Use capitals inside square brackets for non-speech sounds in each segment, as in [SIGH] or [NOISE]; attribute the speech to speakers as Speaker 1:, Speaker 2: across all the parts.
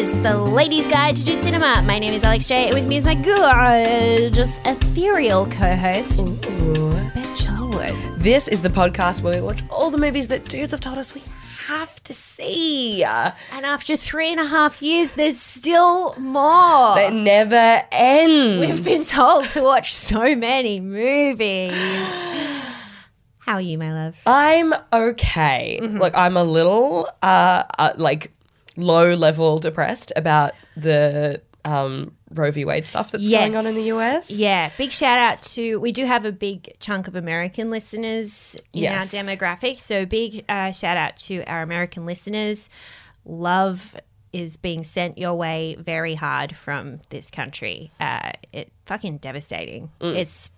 Speaker 1: Ladies Guide to Dude Cinema. My name is Alex J, and with me is my gorgeous ethereal co-host, Beth Charwood.
Speaker 2: This is the podcast where we watch all the movies that dudes have told us we have to see.
Speaker 1: And after three and a half years, there's still more.
Speaker 2: That never ends.
Speaker 1: We've been told to watch so many movies. How are you, my love?
Speaker 2: I'm okay. Like I'm a little uh, uh like low level depressed about the um Roe v. Wade stuff that's going on in the US.
Speaker 1: Yeah. Big shout out to, we do have a big chunk of American listeners in
Speaker 2: Yes.
Speaker 1: our demographic. So big uh, shout out to our American listeners. Love is being sent your way very hard from this country. Uh, it fucking devastating.
Speaker 2: Mm.
Speaker 1: It's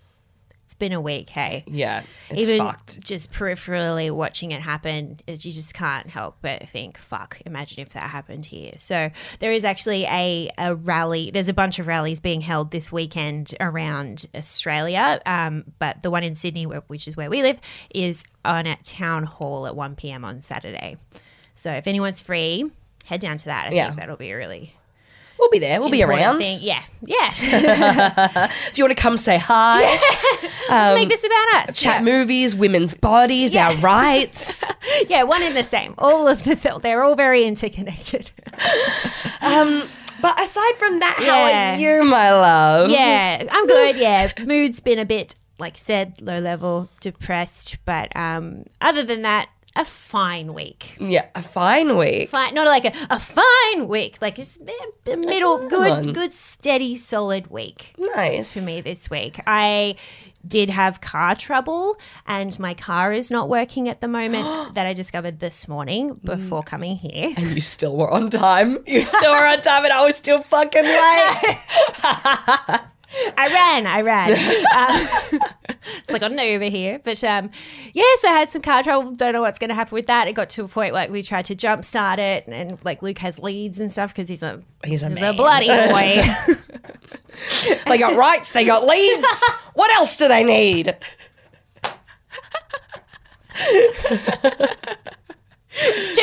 Speaker 1: It's been a week, hey.
Speaker 2: Yeah. It's
Speaker 1: Even
Speaker 2: fucked.
Speaker 1: just peripherally watching it happen, it- you just can't help but think, fuck, imagine if that happened here. So there is actually a, a rally. There's a bunch of rallies being held this weekend around Australia, um, but the one in Sydney, wh- which is where we live, is on at Town Hall at 1 p.m. on Saturday. So if anyone's free, head down to that. I
Speaker 2: Yeah.
Speaker 1: think that'll be a really
Speaker 2: We'll be there. We'll be
Speaker 1: important
Speaker 2: around.
Speaker 1: Thing. Yeah, yeah. [LAUGHS]
Speaker 2: If you want to come say hi,
Speaker 1: Make this about us.
Speaker 2: Um, chat movies, women's bodies, our rights.
Speaker 1: Yeah. yeah, one in the same. All of the they're all very interconnected.
Speaker 2: [LAUGHS] But aside from that,
Speaker 1: Yeah.
Speaker 2: how are you, my love?
Speaker 1: Yeah, I'm good. Yeah, mood's been a bit, like said, low level, depressed. But um, other than that, a fine week.
Speaker 2: Yeah, a fine week.
Speaker 1: Fine, not like a, a fine week. Like just a- a middle,
Speaker 2: another
Speaker 1: good,
Speaker 2: one.
Speaker 1: good, steady, solid week
Speaker 2: Nice.
Speaker 1: for me this week. I did have car trouble and my car is not working at the moment that I discovered this morning before coming here.
Speaker 2: And you still were on time. You still were on time, and I was still fucking [LAUGHS] late.
Speaker 1: I ran, I ran. um, [LAUGHS] it's like on an Uber here, but um, yeah, so I had some car trouble. Don't know what's going to happen with that. It got to a point like we tried to jump start it, and, and like Luke has leads and stuff because he's a
Speaker 2: He's a
Speaker 1: he's a
Speaker 2: man.
Speaker 1: bloody boy. [LAUGHS]
Speaker 2: They got rights. They got leads. [LAUGHS] What else do they need?
Speaker 1: Too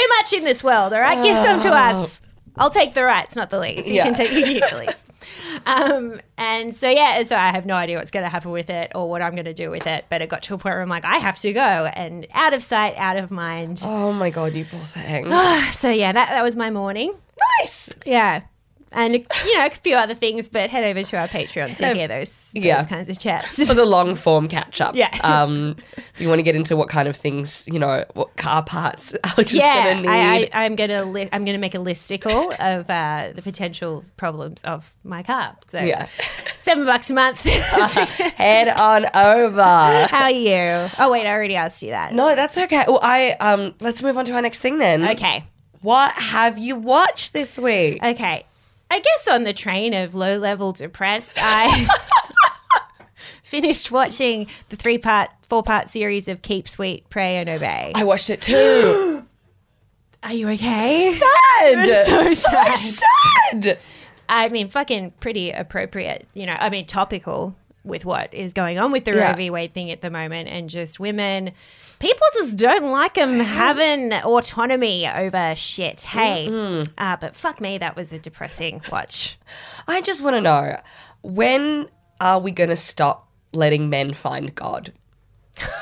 Speaker 1: much in this world, all right? Give some to us. I'll take the rights, not the leads. You
Speaker 2: Yeah.
Speaker 1: can take you can get the leads. Um, and so yeah, so I have no idea what's going to happen with it or what I'm going to do with it. But it got to a point where I'm like, I have to go, and out of sight, out of mind.
Speaker 2: Oh my god, you poor thing.
Speaker 1: [SIGHS] So yeah, that that was my morning.
Speaker 2: nice.
Speaker 1: Yeah. And you know a few other things, but head over to our Patreon to
Speaker 2: Yeah.
Speaker 1: hear those, those
Speaker 2: Yeah.
Speaker 1: kinds of
Speaker 2: [LAUGHS]
Speaker 1: chats.
Speaker 2: For the long form catch up.
Speaker 1: Yeah.
Speaker 2: [LAUGHS] Um, if you want to get into what kind of things, you know, what car parts [LAUGHS] Alex is
Speaker 1: yeah,
Speaker 2: gonna need.
Speaker 1: I, I, I'm gonna li- I'm gonna make a listicle of uh, the potential problems of my car. So
Speaker 2: Yeah.
Speaker 1: [LAUGHS] seven bucks a month. [LAUGHS]
Speaker 2: [LAUGHS] Head on over.
Speaker 1: How are you? Oh wait, I already asked you that.
Speaker 2: [LAUGHS] No, that's okay. Well, I um, let's move on to our next thing then.
Speaker 1: Okay,
Speaker 2: What have you watched this week?
Speaker 1: okay. I guess on the train of low level depressed, I [LAUGHS] finished watching the three part, four part series of Keep Sweet, Pray and Obey.
Speaker 2: I watched it too. [GASPS]
Speaker 1: Are you okay?
Speaker 2: sad.
Speaker 1: You're so
Speaker 2: [LAUGHS] sad. sad.
Speaker 1: I mean, fucking pretty appropriate, you know, I mean, topical with what is going on with the
Speaker 2: Yeah.
Speaker 1: Roe v. Wade thing at the moment and just women. People just don't like them having autonomy over shit. Hey. Uh, but fuck me, that was a depressing watch.
Speaker 2: I just want to know when are we going to stop letting men find God?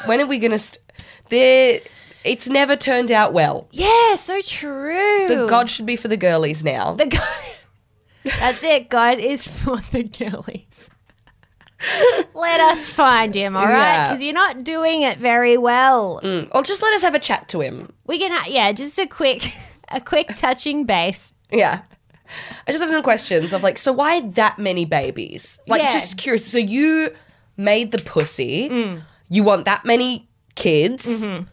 Speaker 2: when are we going to? St- there, it's never turned out well.
Speaker 1: Yeah, so true.
Speaker 2: The God should be for the girlies now.
Speaker 1: The God. [LAUGHS] That's it. God is for the girlies. [LAUGHS] Let us find him, all right?
Speaker 2: Yeah.
Speaker 1: Because you're not doing it very well.
Speaker 2: or just let us have a chat to him.
Speaker 1: We can, ha- yeah, just a quick, [LAUGHS] a quick touching base.
Speaker 2: Yeah. I just have some questions of like, so why that many babies? Like,
Speaker 1: Yeah.
Speaker 2: just curious. So you made the pussy.
Speaker 1: Mm.
Speaker 2: You want that many kids?
Speaker 1: Mm-hmm.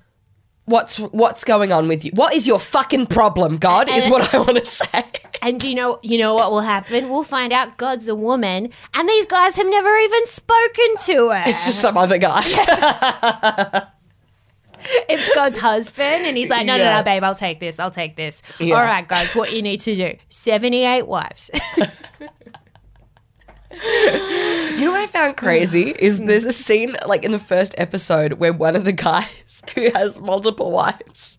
Speaker 2: What's what's going on with you? What is your fucking problem, God? is
Speaker 1: And-
Speaker 2: what I want to say.
Speaker 1: And do you know, you know what will happen? We'll find out God's a woman, and these guys have never even spoken to her.
Speaker 2: It's just some
Speaker 1: [LAUGHS]
Speaker 2: other guy.
Speaker 1: It's God's husband, and he's like, no, no,
Speaker 2: Yeah.
Speaker 1: no, babe, I'll take this, I'll take this.
Speaker 2: Yeah.
Speaker 1: All right, guys, what you need to do: seventy-eight wives. [LAUGHS]
Speaker 2: You know what I found crazy is there's a scene like in [LAUGHS] the first episode where one of the guys who has multiple wives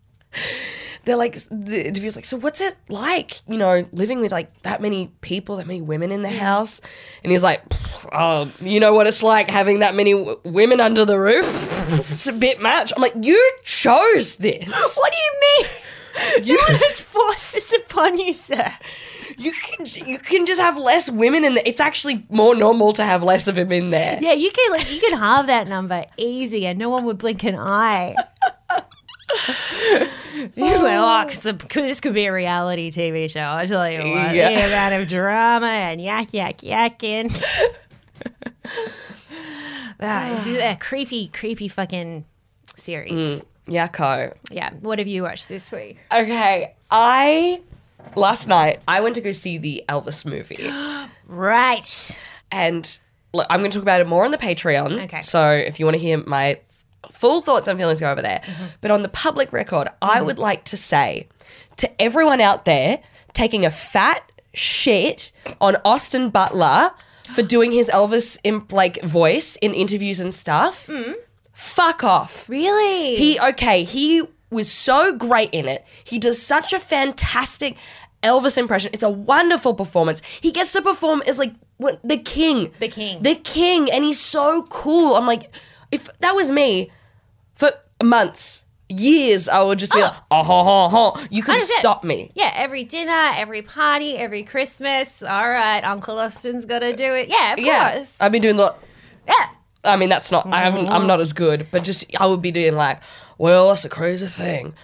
Speaker 2: they're like the interviewer's like, so what's it like, you know, living with like that many people, that many women in the house? And he's like, um, you know what it's like having that many w- women under the roof. [LAUGHS] it's a bit much. I'm like, you chose
Speaker 1: [GASPS]
Speaker 2: this.
Speaker 1: What do you mean? [LAUGHS] You one has forced this upon you, sir.
Speaker 2: You can you can just have less women in there. It's actually more normal to have less of them in there.
Speaker 1: Yeah, you can like, you can halve that number easy, and no one would blink an eye. [LAUGHS] He's like, oh, 'cause it- 'cause this could be a reality TV show. I tell you what,
Speaker 2: Yeah.
Speaker 1: the amount of drama and yak yak [LAUGHS] yakking. Ah, this [SIGHS] is a creepy, creepy fucking series.
Speaker 2: Yakko.
Speaker 1: Yeah. Mm. What have you watched this week?
Speaker 2: Okay, I last night I went to go see the Elvis [GASPS] movie,
Speaker 1: Right.
Speaker 2: and look, I'm going to talk about it more on the Patreon.
Speaker 1: Okay.
Speaker 2: So if you want to hear my full thoughts and feelings, go over there. But on the public record, I would like to say to everyone out there taking a fat shit on Austin [GASPS] Butler for doing his Elvis imp like voice in interviews and stuff. Fuck off.
Speaker 1: Really?
Speaker 2: He okay, he was so great in it. He does such a fantastic Elvis impression. It's a wonderful performance. He gets to perform as like what, the king.
Speaker 1: The king.
Speaker 2: The king and he's so cool. I'm like if that was me for months, years, I would just be like, "Oh, ho, ho, ho. you couldn't
Speaker 1: Understand.
Speaker 2: stop me."
Speaker 1: yeah, every dinner, every party, every Christmas. All right, Uncle Austin's got to do it. Yeah, of
Speaker 2: Yeah.
Speaker 1: course.
Speaker 2: I've been doing the
Speaker 1: Yeah.
Speaker 2: I mean, that's not. I haven't. I'm not as good, but just I would be doing like, well, that's a crazy thing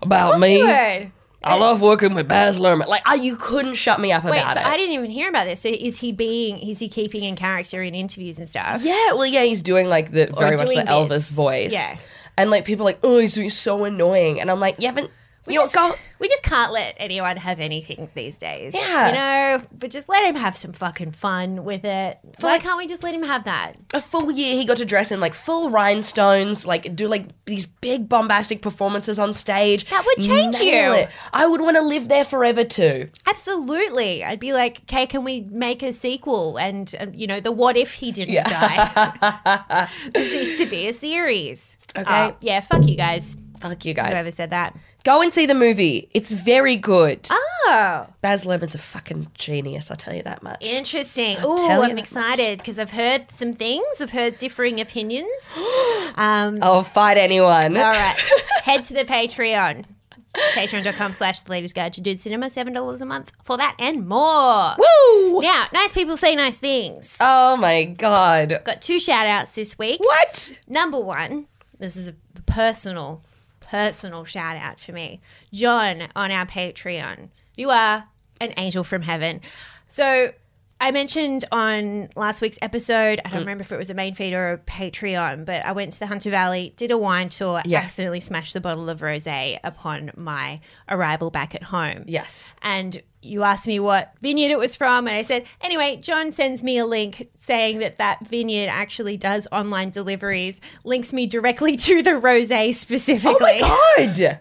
Speaker 2: about me.
Speaker 1: Good.
Speaker 2: I love working with Baz Luhrmann. Like, I, you couldn't shut me up
Speaker 1: Wait,
Speaker 2: about
Speaker 1: so
Speaker 2: it.
Speaker 1: I didn't even hear about this. So is he being, is he keeping in character in interviews and stuff?
Speaker 2: yeah, well, yeah, he's doing like the very much the
Speaker 1: doing
Speaker 2: Elvis
Speaker 1: bits.
Speaker 2: voice.
Speaker 1: Yeah.
Speaker 2: and like people are like, oh, he's, he's so annoying, and I'm like, you haven't. You know,
Speaker 1: just-
Speaker 2: go.
Speaker 1: we just can't let anyone have anything these days.
Speaker 2: Yeah.
Speaker 1: You know, but just let him have some fucking fun with it. Why can't we just let him have that?
Speaker 2: A full year, he got to dress in like full rhinestones, like do like these big bombastic performances on stage.
Speaker 1: That would change
Speaker 2: Nail
Speaker 1: you.
Speaker 2: it. I would want to live there forever too.
Speaker 1: Absolutely. I'd be like, okay, can we make a sequel? And, um, you know, the what if he didn't die? [LAUGHS] this needs to be a series. Okay. yeah, fuck you guys,
Speaker 2: Fuck you guys.
Speaker 1: whoever said that.
Speaker 2: Go and see the movie. It's very good.
Speaker 1: Oh,
Speaker 2: Baz Luhrmann's a fucking genius. I tell you that much.
Speaker 1: interesting. Oh,
Speaker 2: tell you
Speaker 1: I'm
Speaker 2: that
Speaker 1: excited because I've heard some things, I've heard differing opinions. [LAUGHS] um,
Speaker 2: I'll fight anyone.
Speaker 1: All right. Head to the [LAUGHS] Patreon. Patreon.com slash the latest guide to dude cinema, seven dollars a month for that and more.
Speaker 2: Woo!
Speaker 1: Now, nice people say nice things.
Speaker 2: Oh my god.
Speaker 1: Got two shout outs this week.
Speaker 2: What?
Speaker 1: Number one, this is a personal, personal shout out for me. John on our Patreon, you are an angel from heaven. So I mentioned on last week's episode, I don't
Speaker 2: Mm.
Speaker 1: remember if it was a main feed or a Patreon, but I went to the Hunter Valley, did a wine tour,
Speaker 2: Yes.
Speaker 1: accidentally smashed the bottle of rose upon my arrival back at home.
Speaker 2: Yes.
Speaker 1: And you asked me what vineyard it was from, and I said, anyway, John sends me a link saying that that vineyard actually does online deliveries, links me directly [LAUGHS] to the rosé specifically.
Speaker 2: Oh my god.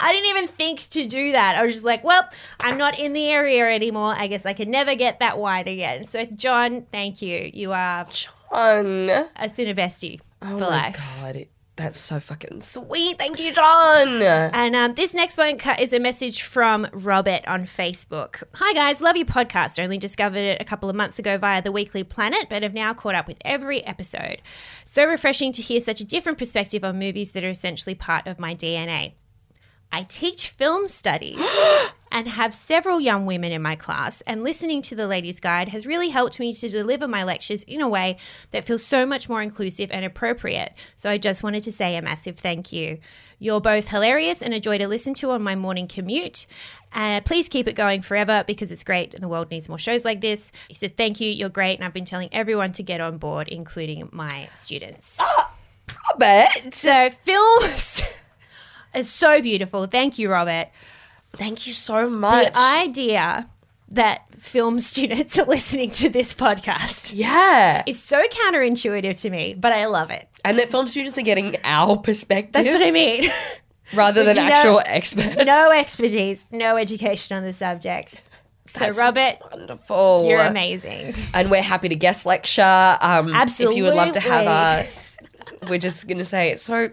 Speaker 1: I didn't even think to do that. I was just like, well, I'm not in the area anymore. I guess I can never get that wine again. So, John, thank you. You are
Speaker 2: John.
Speaker 1: a Cinebestie for
Speaker 2: Oh my
Speaker 1: life.
Speaker 2: god. That's so fucking sweet. Thank you, John.
Speaker 1: And um, this next one cu- is a message from Robert on Facebook. Hi, guys. Love your podcast. Only discovered it a couple of months ago via the Weekly Planet, but have now caught up with every episode. So refreshing to hear such a different perspective on movies that are essentially part of my DNA. I teach film studies [GASPS] and have several young women in my class, and listening to the Ladies Guide has really helped me to deliver my lectures in a way that feels so much more inclusive and appropriate. So I just wanted to say a massive thank you. You're both hilarious and a joy to listen to on my morning commute. Uh, please keep it going forever because it's great and the world needs more shows like this. He said, Thank you, you're great. And I've been telling everyone to get on board, including my students.
Speaker 2: Ah, Robert.
Speaker 1: So, films [LAUGHS] is so beautiful. Thank you, Robert.
Speaker 2: Thank you so much.
Speaker 1: The idea that film [LAUGHS] students are listening to this podcast
Speaker 2: yeah.
Speaker 1: is so counterintuitive to me, but I love it.
Speaker 2: And that film students are getting our perspective
Speaker 1: That's what I
Speaker 2: [LAUGHS]
Speaker 1: mean. [LAUGHS]
Speaker 2: rather than
Speaker 1: You know-
Speaker 2: actual experts.
Speaker 1: no expertise, no education on the subject.
Speaker 2: That's
Speaker 1: so, Robert,
Speaker 2: Wonderful.
Speaker 1: you're amazing.
Speaker 2: And we're happy to guest lecture. Um, If you would love to have
Speaker 1: Absolutely.
Speaker 2: us, we're just going to say it's so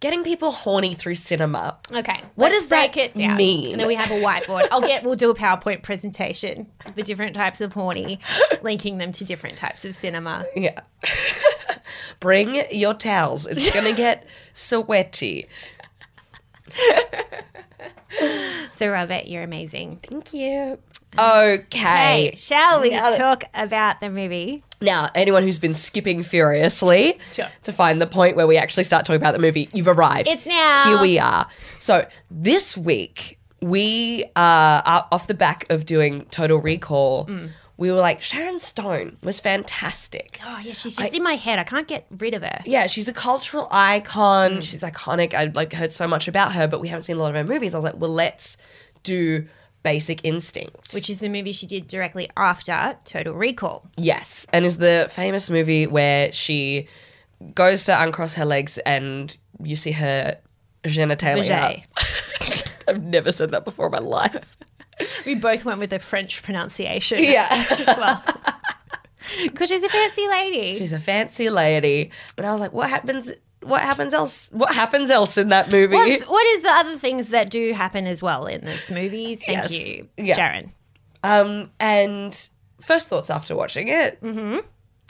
Speaker 2: Getting people horny through cinema.
Speaker 1: Okay.
Speaker 2: What
Speaker 1: let's
Speaker 2: does that
Speaker 1: break it down.
Speaker 2: mean?
Speaker 1: And then we have a whiteboard. I'll get. We'll do a PowerPoint presentation. of The different types of
Speaker 2: [LAUGHS]
Speaker 1: horny, linking them to different types of cinema.
Speaker 2: Yeah. [LAUGHS] Bring your towels. It's going to get sweaty.
Speaker 1: So Robert, you're amazing.
Speaker 2: Thank you.
Speaker 1: Hey,
Speaker 2: Okay.
Speaker 1: shall we
Speaker 2: Now that-
Speaker 1: talk about the movie?
Speaker 2: Now, anyone who's been skipping furiously
Speaker 1: Sure.
Speaker 2: to find the point where we actually start talking about the movie, you've arrived.
Speaker 1: It's now.
Speaker 2: Here we are. So, this week, we uh, are off the back of doing Total Recall. We were like, Sharon Stone was fantastic.
Speaker 1: Oh yeah, she's just in my head. I can't get rid of her.
Speaker 2: yeah, she's a cultural icon. She's iconic. I'd like heard so much about her, but we haven't seen a lot of her movies. I was like, well, let's do Basic Instinct.
Speaker 1: Which is the movie she did directly after Total Recall.
Speaker 2: Yes, and is the famous movie where she goes to uncross her legs and you see her genitalia. [LAUGHS] I've never said that before in my life.
Speaker 1: We both went with the French pronunciation.
Speaker 2: Yeah.
Speaker 1: [LAUGHS] well. Because she's a fancy lady.
Speaker 2: She's a fancy lady, and I was like, what happens? What happens else? What happens else in that movie?
Speaker 1: What's, what is the other things that do happen as well in this movie? Thank
Speaker 2: Yes.
Speaker 1: you,
Speaker 2: Yeah.
Speaker 1: Sharon.
Speaker 2: Um, and first thoughts after watching it. Mm-hmm.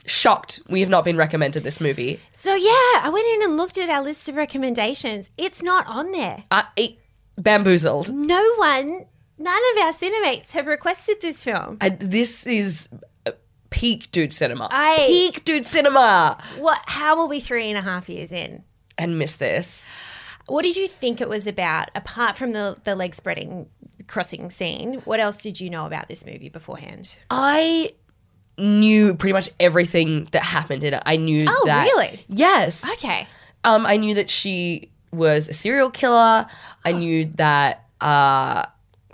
Speaker 2: Shocked we have not been recommended this movie.
Speaker 1: So yeah, I went in and looked at our list of recommendations. It's not on there.
Speaker 2: Uh, it bamboozled.
Speaker 1: No one, none of our cinemates have requested this film.
Speaker 2: I, this is uh, peak dude cinema.
Speaker 1: I-
Speaker 2: peak dude cinema.
Speaker 1: What? How are we three and a half years in?
Speaker 2: And miss this.
Speaker 1: What did you think it was about? Apart from the the leg spreading crossing scene, what else did you know about this movie beforehand?
Speaker 2: I knew pretty much everything that happened in it. I knew
Speaker 1: Oh,
Speaker 2: that.
Speaker 1: really?
Speaker 2: Yes.
Speaker 1: Okay.
Speaker 2: Um, I knew that she was a serial killer.
Speaker 1: [GASPS]
Speaker 2: I knew that uh,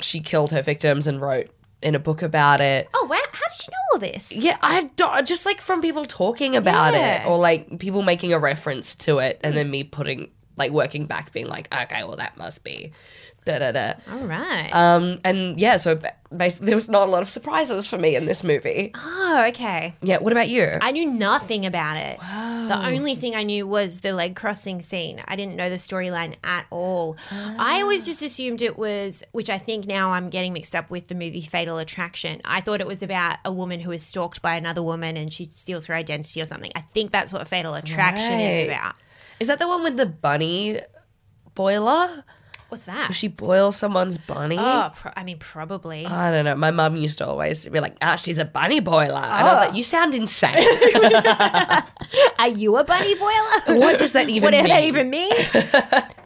Speaker 2: she killed her victims and wrote in a book about it.
Speaker 1: Oh wow! How did you know all this?
Speaker 2: Yeah, I don't, just like from people talking about
Speaker 1: Yeah.
Speaker 2: it or like people making a reference to it and then me putting like working back being like, okay, well that must be da da da.
Speaker 1: All right.
Speaker 2: Um and yeah, so ba- basically there was not a lot of surprises for me in this movie.
Speaker 1: oh, okay.
Speaker 2: Yeah, what about you?
Speaker 1: I knew nothing about it. The only thing I knew was the leg crossing scene. I didn't know the storyline at all. I always just assumed it was, which I think now I'm getting mixed up with the movie Fatal Attraction. I thought it was about a woman who is stalked by another woman and she steals her identity or something. I think that's what Fatal Attraction is
Speaker 2: Right.
Speaker 1: about.
Speaker 2: Is that the one with the bunny boiler?
Speaker 1: What's that?
Speaker 2: She boils someone's bunny?
Speaker 1: oh, pro- I mean, probably.
Speaker 2: I don't know. My mum used to always be like, ah, she's a bunny boiler. And I was like, you sound insane.
Speaker 1: Are you a bunny boiler?
Speaker 2: [LAUGHS] what does that
Speaker 1: [LAUGHS]
Speaker 2: even
Speaker 1: What does
Speaker 2: mean?
Speaker 1: that even [LAUGHS] mean?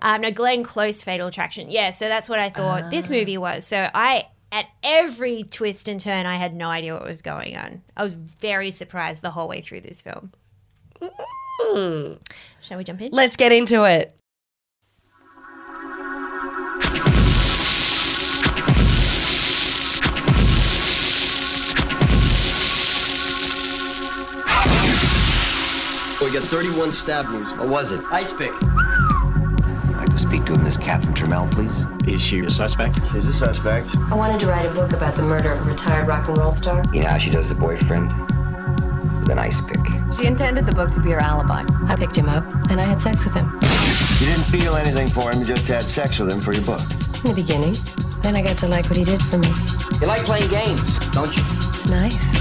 Speaker 1: um, no, Glenn Close, Fatal Attraction. Yeah, so that's what I thought this movie was. So I, at every twist and turn, I had no idea what was going on. I was very surprised the whole way through this film. Hmm. Shall we jump in?
Speaker 2: Let's get into it.
Speaker 3: We got 31 stab wounds.
Speaker 4: What was it?
Speaker 5: Ice pick.
Speaker 4: I'd like to speak to Miss Catherine Trammell, please.
Speaker 3: Is she a suspect?
Speaker 6: She's a suspect.
Speaker 7: I wanted to write a book about the murder of a retired rock and roll star.
Speaker 4: You know how she does the boyfriend? With an ice pick.
Speaker 8: She intended the book to be her alibi.
Speaker 7: I picked him up and I had sex with him.
Speaker 6: You didn't feel anything for him, you just had sex with him for your book.
Speaker 7: In the beginning. Then I got to like what he did for me.
Speaker 4: You like playing games, don't you?
Speaker 7: It's nice.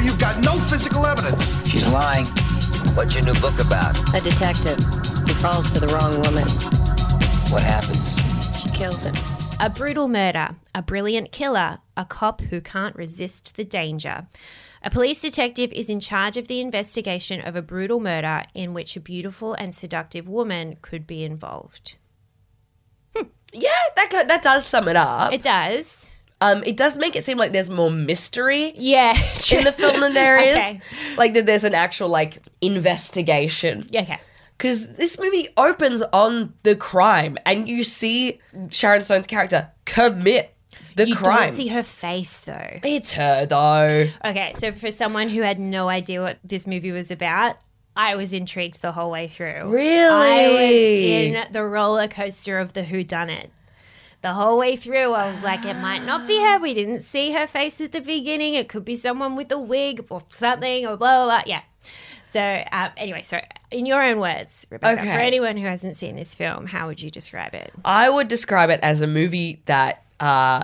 Speaker 6: You've got no physical evidence.
Speaker 4: She's lying. What's your new book about?
Speaker 8: A detective. He falls for the wrong woman.
Speaker 4: What happens?
Speaker 7: She kills him.
Speaker 1: A brutal murder, a brilliant killer, a cop who can't resist the danger. A police detective is in charge of the investigation of a brutal murder in which a beautiful and seductive woman could be involved.
Speaker 2: Yeah, that go- that does sum it up.
Speaker 1: It does.
Speaker 2: um, it does make it seem like there's more mystery
Speaker 1: Yeah.
Speaker 2: in the
Speaker 1: [LAUGHS]
Speaker 2: film than there is.
Speaker 1: Okay.
Speaker 2: Like that, there's an actual like investigation.
Speaker 1: Yeah, okay.
Speaker 2: Because this movie opens on the crime, and you see Sharon Stone's character commit the
Speaker 1: You
Speaker 2: crime.
Speaker 1: don't see her face though.
Speaker 2: it's her though.
Speaker 1: Okay, so for someone who had no idea what this movie was about, I was intrigued the whole way through. I
Speaker 2: Really?
Speaker 1: was in the roller coaster of the Who Done It. The whole way through, I was like, it might not be her. We didn't see her face at the beginning. It could be someone with a wig or something or blah, blah, blah. Yeah. So, uh, anyway, so in your own words, Rebecca,
Speaker 2: Okay.
Speaker 1: for anyone who hasn't seen this film, how would you describe it?
Speaker 2: I would describe it as a movie that uh,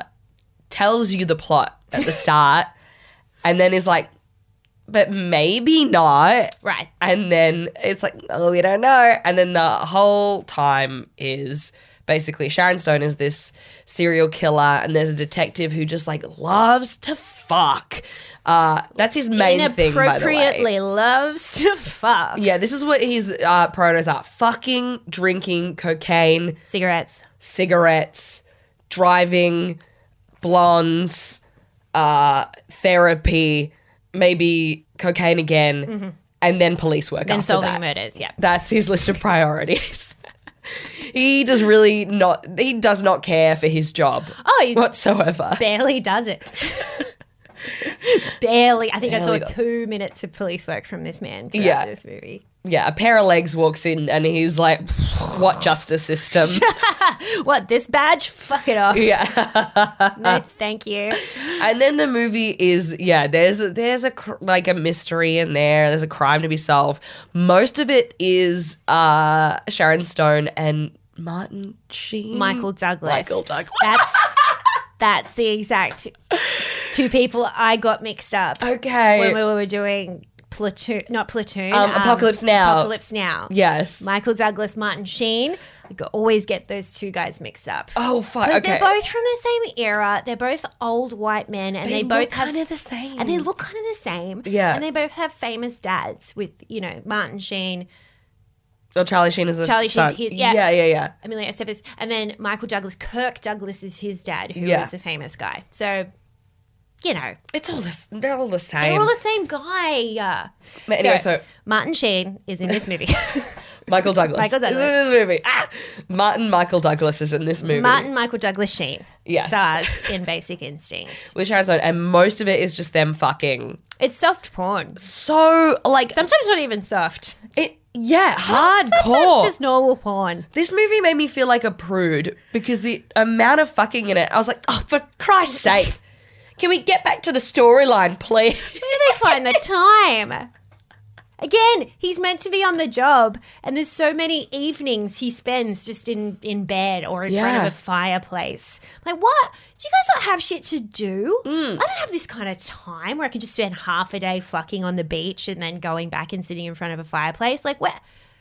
Speaker 2: tells you the plot at
Speaker 1: [LAUGHS]
Speaker 2: the start and then is like, but maybe not.
Speaker 1: Right.
Speaker 2: And then it's like, oh, we don't know. And then the whole time is basically Sharon Stone is this serial killer, and there's a detective who just like loves to fuck. Uh, that's his main thing, by the way.
Speaker 1: Inappropriately loves to fuck
Speaker 2: Yeah, this is what his uh, priorities are: fucking, drinking, cocaine,
Speaker 1: cigarettes.
Speaker 2: cigarettes, driving, blondes, uh, therapy, maybe cocaine again, and then police work.
Speaker 1: And
Speaker 2: after
Speaker 1: Mm-hmm. solving
Speaker 2: that.
Speaker 1: murders, yeah.
Speaker 2: That's his list of priorities. [LAUGHS] he does really not. He does not care for his job
Speaker 1: Oh, he's
Speaker 2: whatsoever.
Speaker 1: barely does it. barely. I think I
Speaker 2: Barely
Speaker 1: saw
Speaker 2: does.
Speaker 1: two minutes of police work from this man throughout
Speaker 2: Yeah.
Speaker 1: this movie.
Speaker 2: Yeah, a pair of legs walks in and he's like, "What
Speaker 1: [LAUGHS]
Speaker 2: justice system?"
Speaker 1: What, this badge? Fuck it off.
Speaker 2: yeah.
Speaker 1: No, thank you.
Speaker 2: And then the movie is yeah. There's a, there's a cr- like a mystery in there. There's a crime to be solved. Most of it is uh Sharon Stone and Martin Sheen.
Speaker 1: Michael Douglas.
Speaker 2: Mm. Michael Douglas.
Speaker 1: That's that's the exact two people I got mixed up.
Speaker 2: Okay.
Speaker 1: When we were doing platoon, not platoon.
Speaker 2: Um, Apocalypse Now.
Speaker 1: Apocalypse Now.
Speaker 2: yes.
Speaker 1: Michael Douglas, Martin Sheen. I go- always get those two guys mixed up.
Speaker 2: oh fuck.
Speaker 1: 'Cause
Speaker 2: Okay.
Speaker 1: They're both from the same era. They're both old white men, and they,
Speaker 2: They
Speaker 1: both
Speaker 2: look
Speaker 1: have
Speaker 2: kinda the same.
Speaker 1: and they look kind of the same.
Speaker 2: Yeah.
Speaker 1: and they both have famous dads with you know Martin Sheen,
Speaker 2: Oh, Charlie Sheen is the
Speaker 1: Charlie Sheen's
Speaker 2: son.
Speaker 1: his- yeah.
Speaker 2: Yeah. Yeah. Yeah.
Speaker 1: Emilio Estevez, and then Michael Douglas. Kirk Douglas is his dad, who is
Speaker 2: Yeah.
Speaker 1: a famous guy. So, you know,
Speaker 2: It's all this. They're all the same.
Speaker 1: they're all the same guy. Yeah.
Speaker 2: But anyway, so
Speaker 1: Martin Sheen is in this
Speaker 2: [LAUGHS]
Speaker 1: movie.
Speaker 2: Michael Douglas.
Speaker 1: Michael
Speaker 2: is in
Speaker 1: Douglas.
Speaker 2: this movie. Ah! Martin Michael Douglas is in this movie.
Speaker 1: Martin Michael Douglas Sheen
Speaker 2: Yes.
Speaker 1: stars in Basic Instinct.
Speaker 2: with Sharon Stone, and most of it is just them fucking.
Speaker 1: It's soft porn.
Speaker 2: So like
Speaker 1: Sometimes not even soft.
Speaker 2: it. Yeah,
Speaker 1: Sometimes
Speaker 2: hardcore.
Speaker 1: just normal porn.
Speaker 2: this movie made me feel like a prude because the amount of fucking in it, I was like, oh, for Christ's sake, can we get back to the storyline, please? [LAUGHS]
Speaker 1: Where do they find the time? Again, he's meant to be on the job, and there's so many evenings he spends just in, in bed or in front
Speaker 2: Yeah.
Speaker 1: of a fireplace. Like, what? Do you guys not have shit to do? I don't have this kind of time where I can just spend half a day fucking on the beach and then going back and sitting in front of a fireplace. Like, what?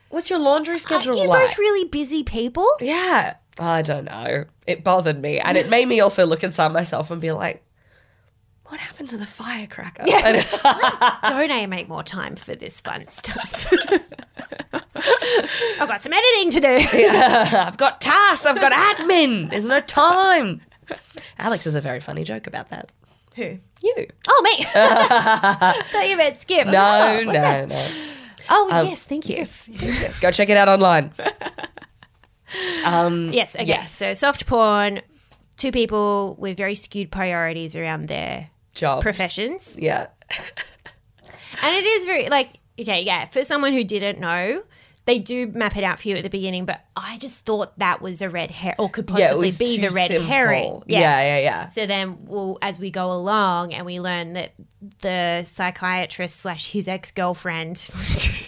Speaker 2: What's your laundry
Speaker 1: Are
Speaker 2: schedule
Speaker 1: you
Speaker 2: like?
Speaker 1: both really busy people?
Speaker 2: yeah, I don't know. It bothered me, and it made me also look inside myself and be like, what happened to the firecracker? And-
Speaker 1: Don't I make more time for this fun stuff? [LAUGHS] I've got some editing to do.
Speaker 2: I've got tasks. I've got admin. There's no time. Alex has a very funny joke about that.
Speaker 1: Who?
Speaker 2: You?
Speaker 1: Oh,
Speaker 2: [LAUGHS]
Speaker 1: me. [LAUGHS] Thought you meant skip.
Speaker 2: No,
Speaker 1: Oh,
Speaker 2: no,
Speaker 1: what's that?
Speaker 2: no.
Speaker 1: Oh, yes, thank you. Yes,
Speaker 2: Yes, go check it out online. Um,
Speaker 1: okay.
Speaker 2: Yes.
Speaker 1: So soft porn, two people with very skewed priorities around their
Speaker 2: jobs.
Speaker 1: professions.
Speaker 2: Yeah.
Speaker 1: And it is very, like, okay, yeah, for someone who didn't know, they do map it out for you at the beginning, but I just thought that was a red hair, or could
Speaker 2: Yeah, it
Speaker 1: possibly
Speaker 2: was
Speaker 1: be
Speaker 2: too
Speaker 1: the red
Speaker 2: simple.
Speaker 1: herring.
Speaker 2: Yeah, yeah, yeah.
Speaker 1: So then, we'll, as we go along, and we learn that the psychiatrist slash his ex girlfriend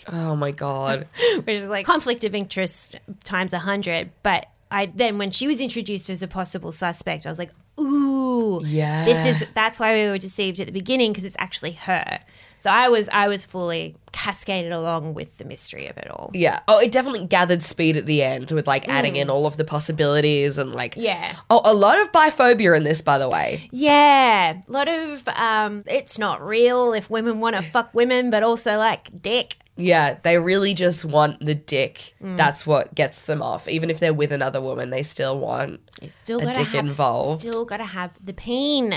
Speaker 2: Oh my god.
Speaker 1: which is like conflict of interest times a hundred. But I then when she was introduced as a possible suspect, I was like, ooh,
Speaker 2: Yeah.
Speaker 1: this is that's why we were deceived at the beginning because it's actually her. So I was I was fully cascaded along with the mystery of it all.
Speaker 2: Yeah. Oh, it definitely gathered speed at the end with like adding in all of the possibilities and like
Speaker 1: Mm. Yeah.
Speaker 2: Oh, a lot of biphobia in this, by the way.
Speaker 1: Yeah, a lot of um, it's not real if women want [LAUGHS] to fuck women, but also like dick.
Speaker 2: Yeah, they really just want the dick. That's what gets them off. Even if they're with another woman, they still want.
Speaker 1: It's still
Speaker 2: a
Speaker 1: gotta
Speaker 2: dick
Speaker 1: have,
Speaker 2: involved. Mm.
Speaker 1: Still gotta have the pain,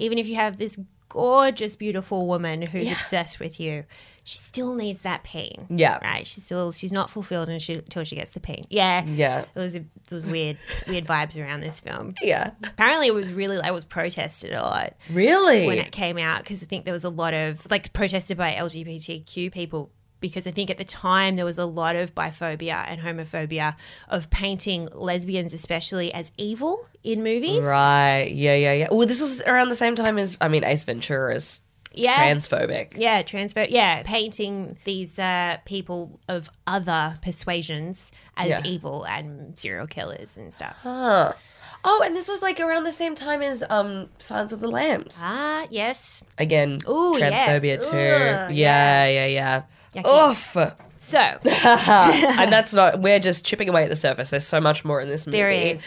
Speaker 1: even if you have this gorgeous, beautiful woman who's obsessed with you. She still needs that pain.
Speaker 2: Yeah.
Speaker 1: right. She's still she's not fulfilled until she, until she gets the pain. Yeah,
Speaker 2: Yeah.
Speaker 1: It was a, it was weird weird vibes around this film.
Speaker 2: Yeah.
Speaker 1: Apparently, it was really like it was protested a lot
Speaker 2: Really?
Speaker 1: when it came out because I think there was a lot of like protested by LGBTQ people because I think at the time there was a lot of biphobia and homophobia of painting lesbians especially as evil in movies.
Speaker 2: right. Yeah, yeah, yeah. Well, this was around the same time as I mean Ace Ventura's
Speaker 1: Yeah.
Speaker 2: transphobic.
Speaker 1: Yeah, transfer. Yeah, painting these uh, people of other persuasions as
Speaker 2: Yeah.
Speaker 1: evil and serial killers and stuff.
Speaker 2: Oh, and this was like around the same time as um Signs of the Lambs.
Speaker 1: Ah, yes.
Speaker 2: Again,
Speaker 1: Ooh, yeah.
Speaker 2: transphobia too.
Speaker 1: Ugh,
Speaker 2: yeah, yeah, yeah. Oof. [LAUGHS]
Speaker 1: So
Speaker 2: and that's not we're just chipping away at the surface. There's so much more in this movie. [LAUGHS]
Speaker 1: there is.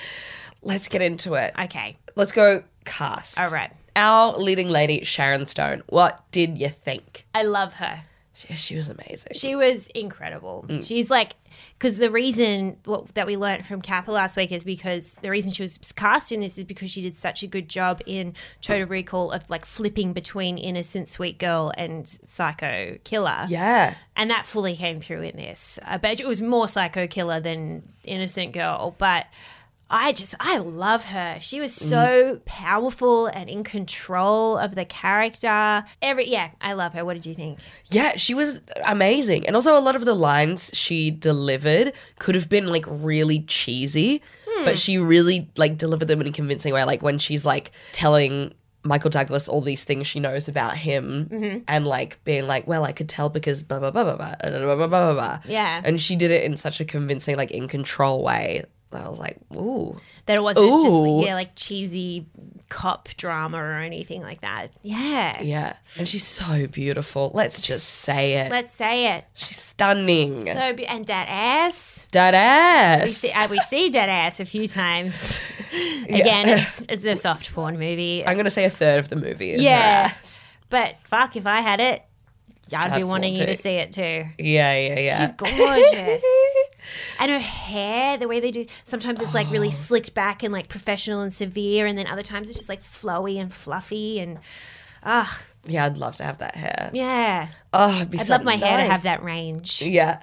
Speaker 2: Let's get into it.
Speaker 1: Okay.
Speaker 2: Let's go cast.
Speaker 1: All right.
Speaker 2: Our leading lady, Sharon Stone. What did you think?
Speaker 1: I love her.
Speaker 2: She, she was amazing.
Speaker 1: She was incredible. She's like, because the reason what, that we learnt from Kappa last week is because the reason she was cast in this is because she did such a good job in Total Recall of like flipping between innocent sweet girl and psycho killer.
Speaker 2: yeah.
Speaker 1: And that fully came through in this. I bet it was more psycho killer than innocent girl, but I just I love her. She was so powerful and in control of the character. Every yeah, I love her. What did you think?
Speaker 2: Yeah, she was amazing. And also a lot of the lines she delivered could have been like really cheesy,
Speaker 1: Hmm.
Speaker 2: but she really like delivered them in a convincing way. Like when she's like telling Michael Douglas all these things she knows about him
Speaker 1: Mm-hmm.
Speaker 2: and like being like, Well, I could tell because blah blah blah blah blah blah blah blah blah blah.
Speaker 1: Yeah.
Speaker 2: And she did it in such a convincing, like in control way. that I was like, ooh.
Speaker 1: That it wasn't
Speaker 2: Ooh.
Speaker 1: just yeah, like cheesy cop drama or anything like that. Yeah.
Speaker 2: Yeah. And she's so beautiful. Let's just say it.
Speaker 1: Let's say it.
Speaker 2: she's stunning.
Speaker 1: So be- and dead ass.
Speaker 2: Dead
Speaker 1: We
Speaker 2: ass.
Speaker 1: see, uh, we see dead ass a few
Speaker 2: [LAUGHS]
Speaker 1: times. Again, it's, it's a soft porn movie.
Speaker 2: I'm gonna say a third of the movie. Is her
Speaker 1: Yeah.
Speaker 2: ass.
Speaker 1: But fuck, if I had it, I'd, be
Speaker 2: I'd
Speaker 1: wanting
Speaker 2: want
Speaker 1: you to
Speaker 2: it.
Speaker 1: see it too.
Speaker 2: Yeah, yeah, yeah.
Speaker 1: She's gorgeous. and her hair, the way they do, sometimes it's like
Speaker 2: Oh.
Speaker 1: really slicked back and like professional and severe, and then other times it's just like flowy and fluffy. And
Speaker 2: [LAUGHS] yeah, I'd love to have that hair.
Speaker 1: yeah,
Speaker 2: Oh, it'd be
Speaker 1: I'd
Speaker 2: so
Speaker 1: love my hair to
Speaker 2: nice.
Speaker 1: have that range.
Speaker 2: Yeah.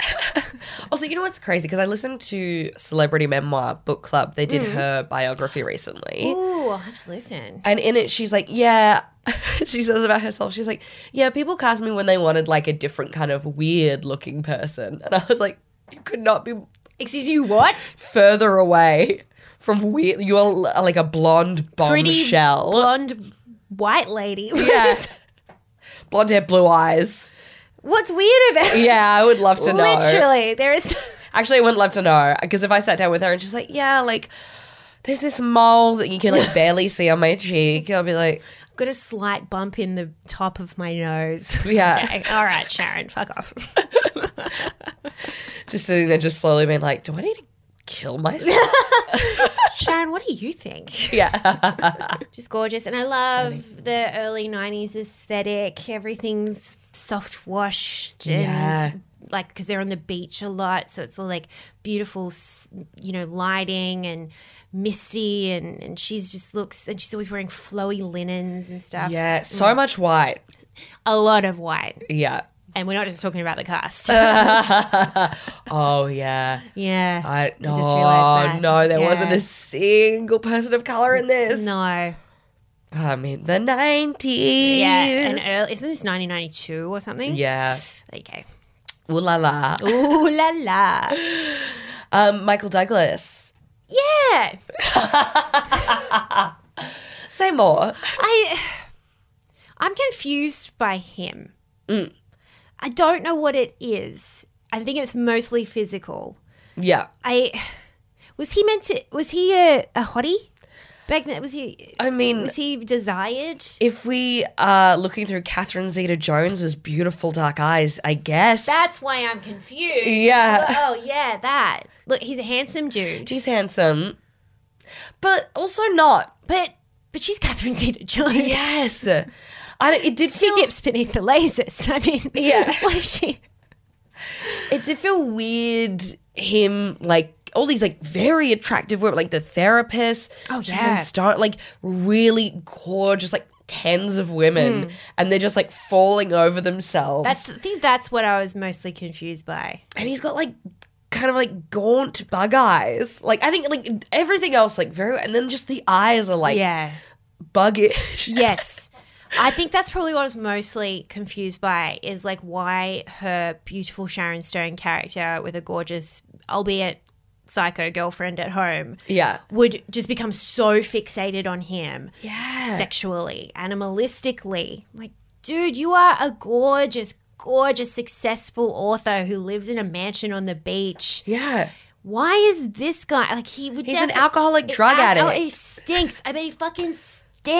Speaker 2: [LAUGHS] also, you know what's crazy? Because I listened to Celebrity Memoir Book Club. They did her biography recently.
Speaker 1: Mm. Ooh, I'll have to listen.
Speaker 2: And in it, she's like, yeah, [LAUGHS] she says about herself, she's like, yeah, people cast me when they wanted like a different kind of weird looking person. And I was like, you could not be
Speaker 1: Excuse me, what?
Speaker 2: further away from weird. You're l- like a blonde
Speaker 1: Pretty
Speaker 2: bombshell.
Speaker 1: blonde white lady. [LAUGHS]
Speaker 2: yeah. blonde hair, blue eyes.
Speaker 1: What's weird [LAUGHS] about
Speaker 2: Yeah, I would love to know.
Speaker 1: Literally, there is.
Speaker 2: Actually, I wouldn't love to know because if I sat down with her and she's like, "Yeah, like there's this mole that you
Speaker 1: [LAUGHS]
Speaker 2: can like barely see on my cheek," I'll be like,
Speaker 1: I've [LAUGHS] got a slight bump in the top of my nose.
Speaker 2: Yeah.
Speaker 1: [LAUGHS] Okay, All right, Sharon, fuck [LAUGHS] off.
Speaker 2: just sitting there, just slowly being like, "Do I need to kill myself?"
Speaker 1: [LAUGHS] Sharon, what do you think?
Speaker 2: yeah,
Speaker 1: Just gorgeous. And I love the early 90s aesthetic. Everything's soft washed and
Speaker 2: Yeah.
Speaker 1: like because they're on the beach a lot. So it's all like beautiful, s- you know, lighting and misty. And, and she's just looks, and she's always wearing flowy linens and stuff.
Speaker 2: yeah, so much white.
Speaker 1: A lot of white.
Speaker 2: Yeah.
Speaker 1: And we're not just talking about the cast.
Speaker 2: Uh, Oh yeah.
Speaker 1: [LAUGHS] yeah.
Speaker 2: I no
Speaker 1: just realised that.
Speaker 2: no, there
Speaker 1: Yeah.
Speaker 2: wasn't a single person of color in this.
Speaker 1: no.
Speaker 2: I mean Um, the nineties.
Speaker 1: Yeah. And early, isn't this 1992 or something?
Speaker 2: yeah.
Speaker 1: Okay.
Speaker 2: Ooh la la.
Speaker 1: Ooh la la.
Speaker 2: Um, Michael Douglas.
Speaker 1: Yeah.
Speaker 2: Say more.
Speaker 1: I I'm confused by him. Mm. I don't know what it is. I think it's mostly physical.
Speaker 2: Yeah.
Speaker 1: I was he meant to was he a, a hottie? Back then, was he
Speaker 2: I mean,
Speaker 1: was he desired?
Speaker 2: If we are looking through Catherine Zeta Jones's beautiful dark eyes, I guess.
Speaker 1: That's why I'm confused. [LAUGHS]
Speaker 2: yeah.
Speaker 1: Oh yeah, that. Look, he's a handsome dude.
Speaker 2: He's handsome. But also not.
Speaker 1: but but she's Catherine Zeta Jones.
Speaker 2: Yes. I don't, it did
Speaker 1: [LAUGHS] She
Speaker 2: feel,
Speaker 1: dips beneath the lasers. [LAUGHS] I mean,
Speaker 2: Yeah.
Speaker 1: Why is she?
Speaker 2: it did feel weird him like all these like very attractive women like the therapist
Speaker 1: Oh, yeah.
Speaker 2: start like really gorgeous like tens of women and they're just like falling over themselves
Speaker 1: That's, I think that's what I was mostly confused by.
Speaker 2: and he's got like kind of like gaunt bug eyes. Like I think like everything else like very and then just the eyes are like
Speaker 1: yeah.
Speaker 2: [LAUGHS] buggish.
Speaker 1: Yes. I think that's probably what I was mostly confused by is like why her beautiful Sharon Stone character with a gorgeous, albeit psycho girlfriend at home
Speaker 2: Yeah.
Speaker 1: would just become so fixated on him yeah. sexually, animalistically. Like, dude, you are a gorgeous, gorgeous, successful author who lives in a mansion on the beach.
Speaker 2: Yeah.
Speaker 1: Why is this guy like he would?
Speaker 2: He's an
Speaker 1: defi-
Speaker 2: alcoholic drug
Speaker 1: Al-
Speaker 2: addict.
Speaker 1: Oh, he stinks. I bet he fucking stinks. [LAUGHS]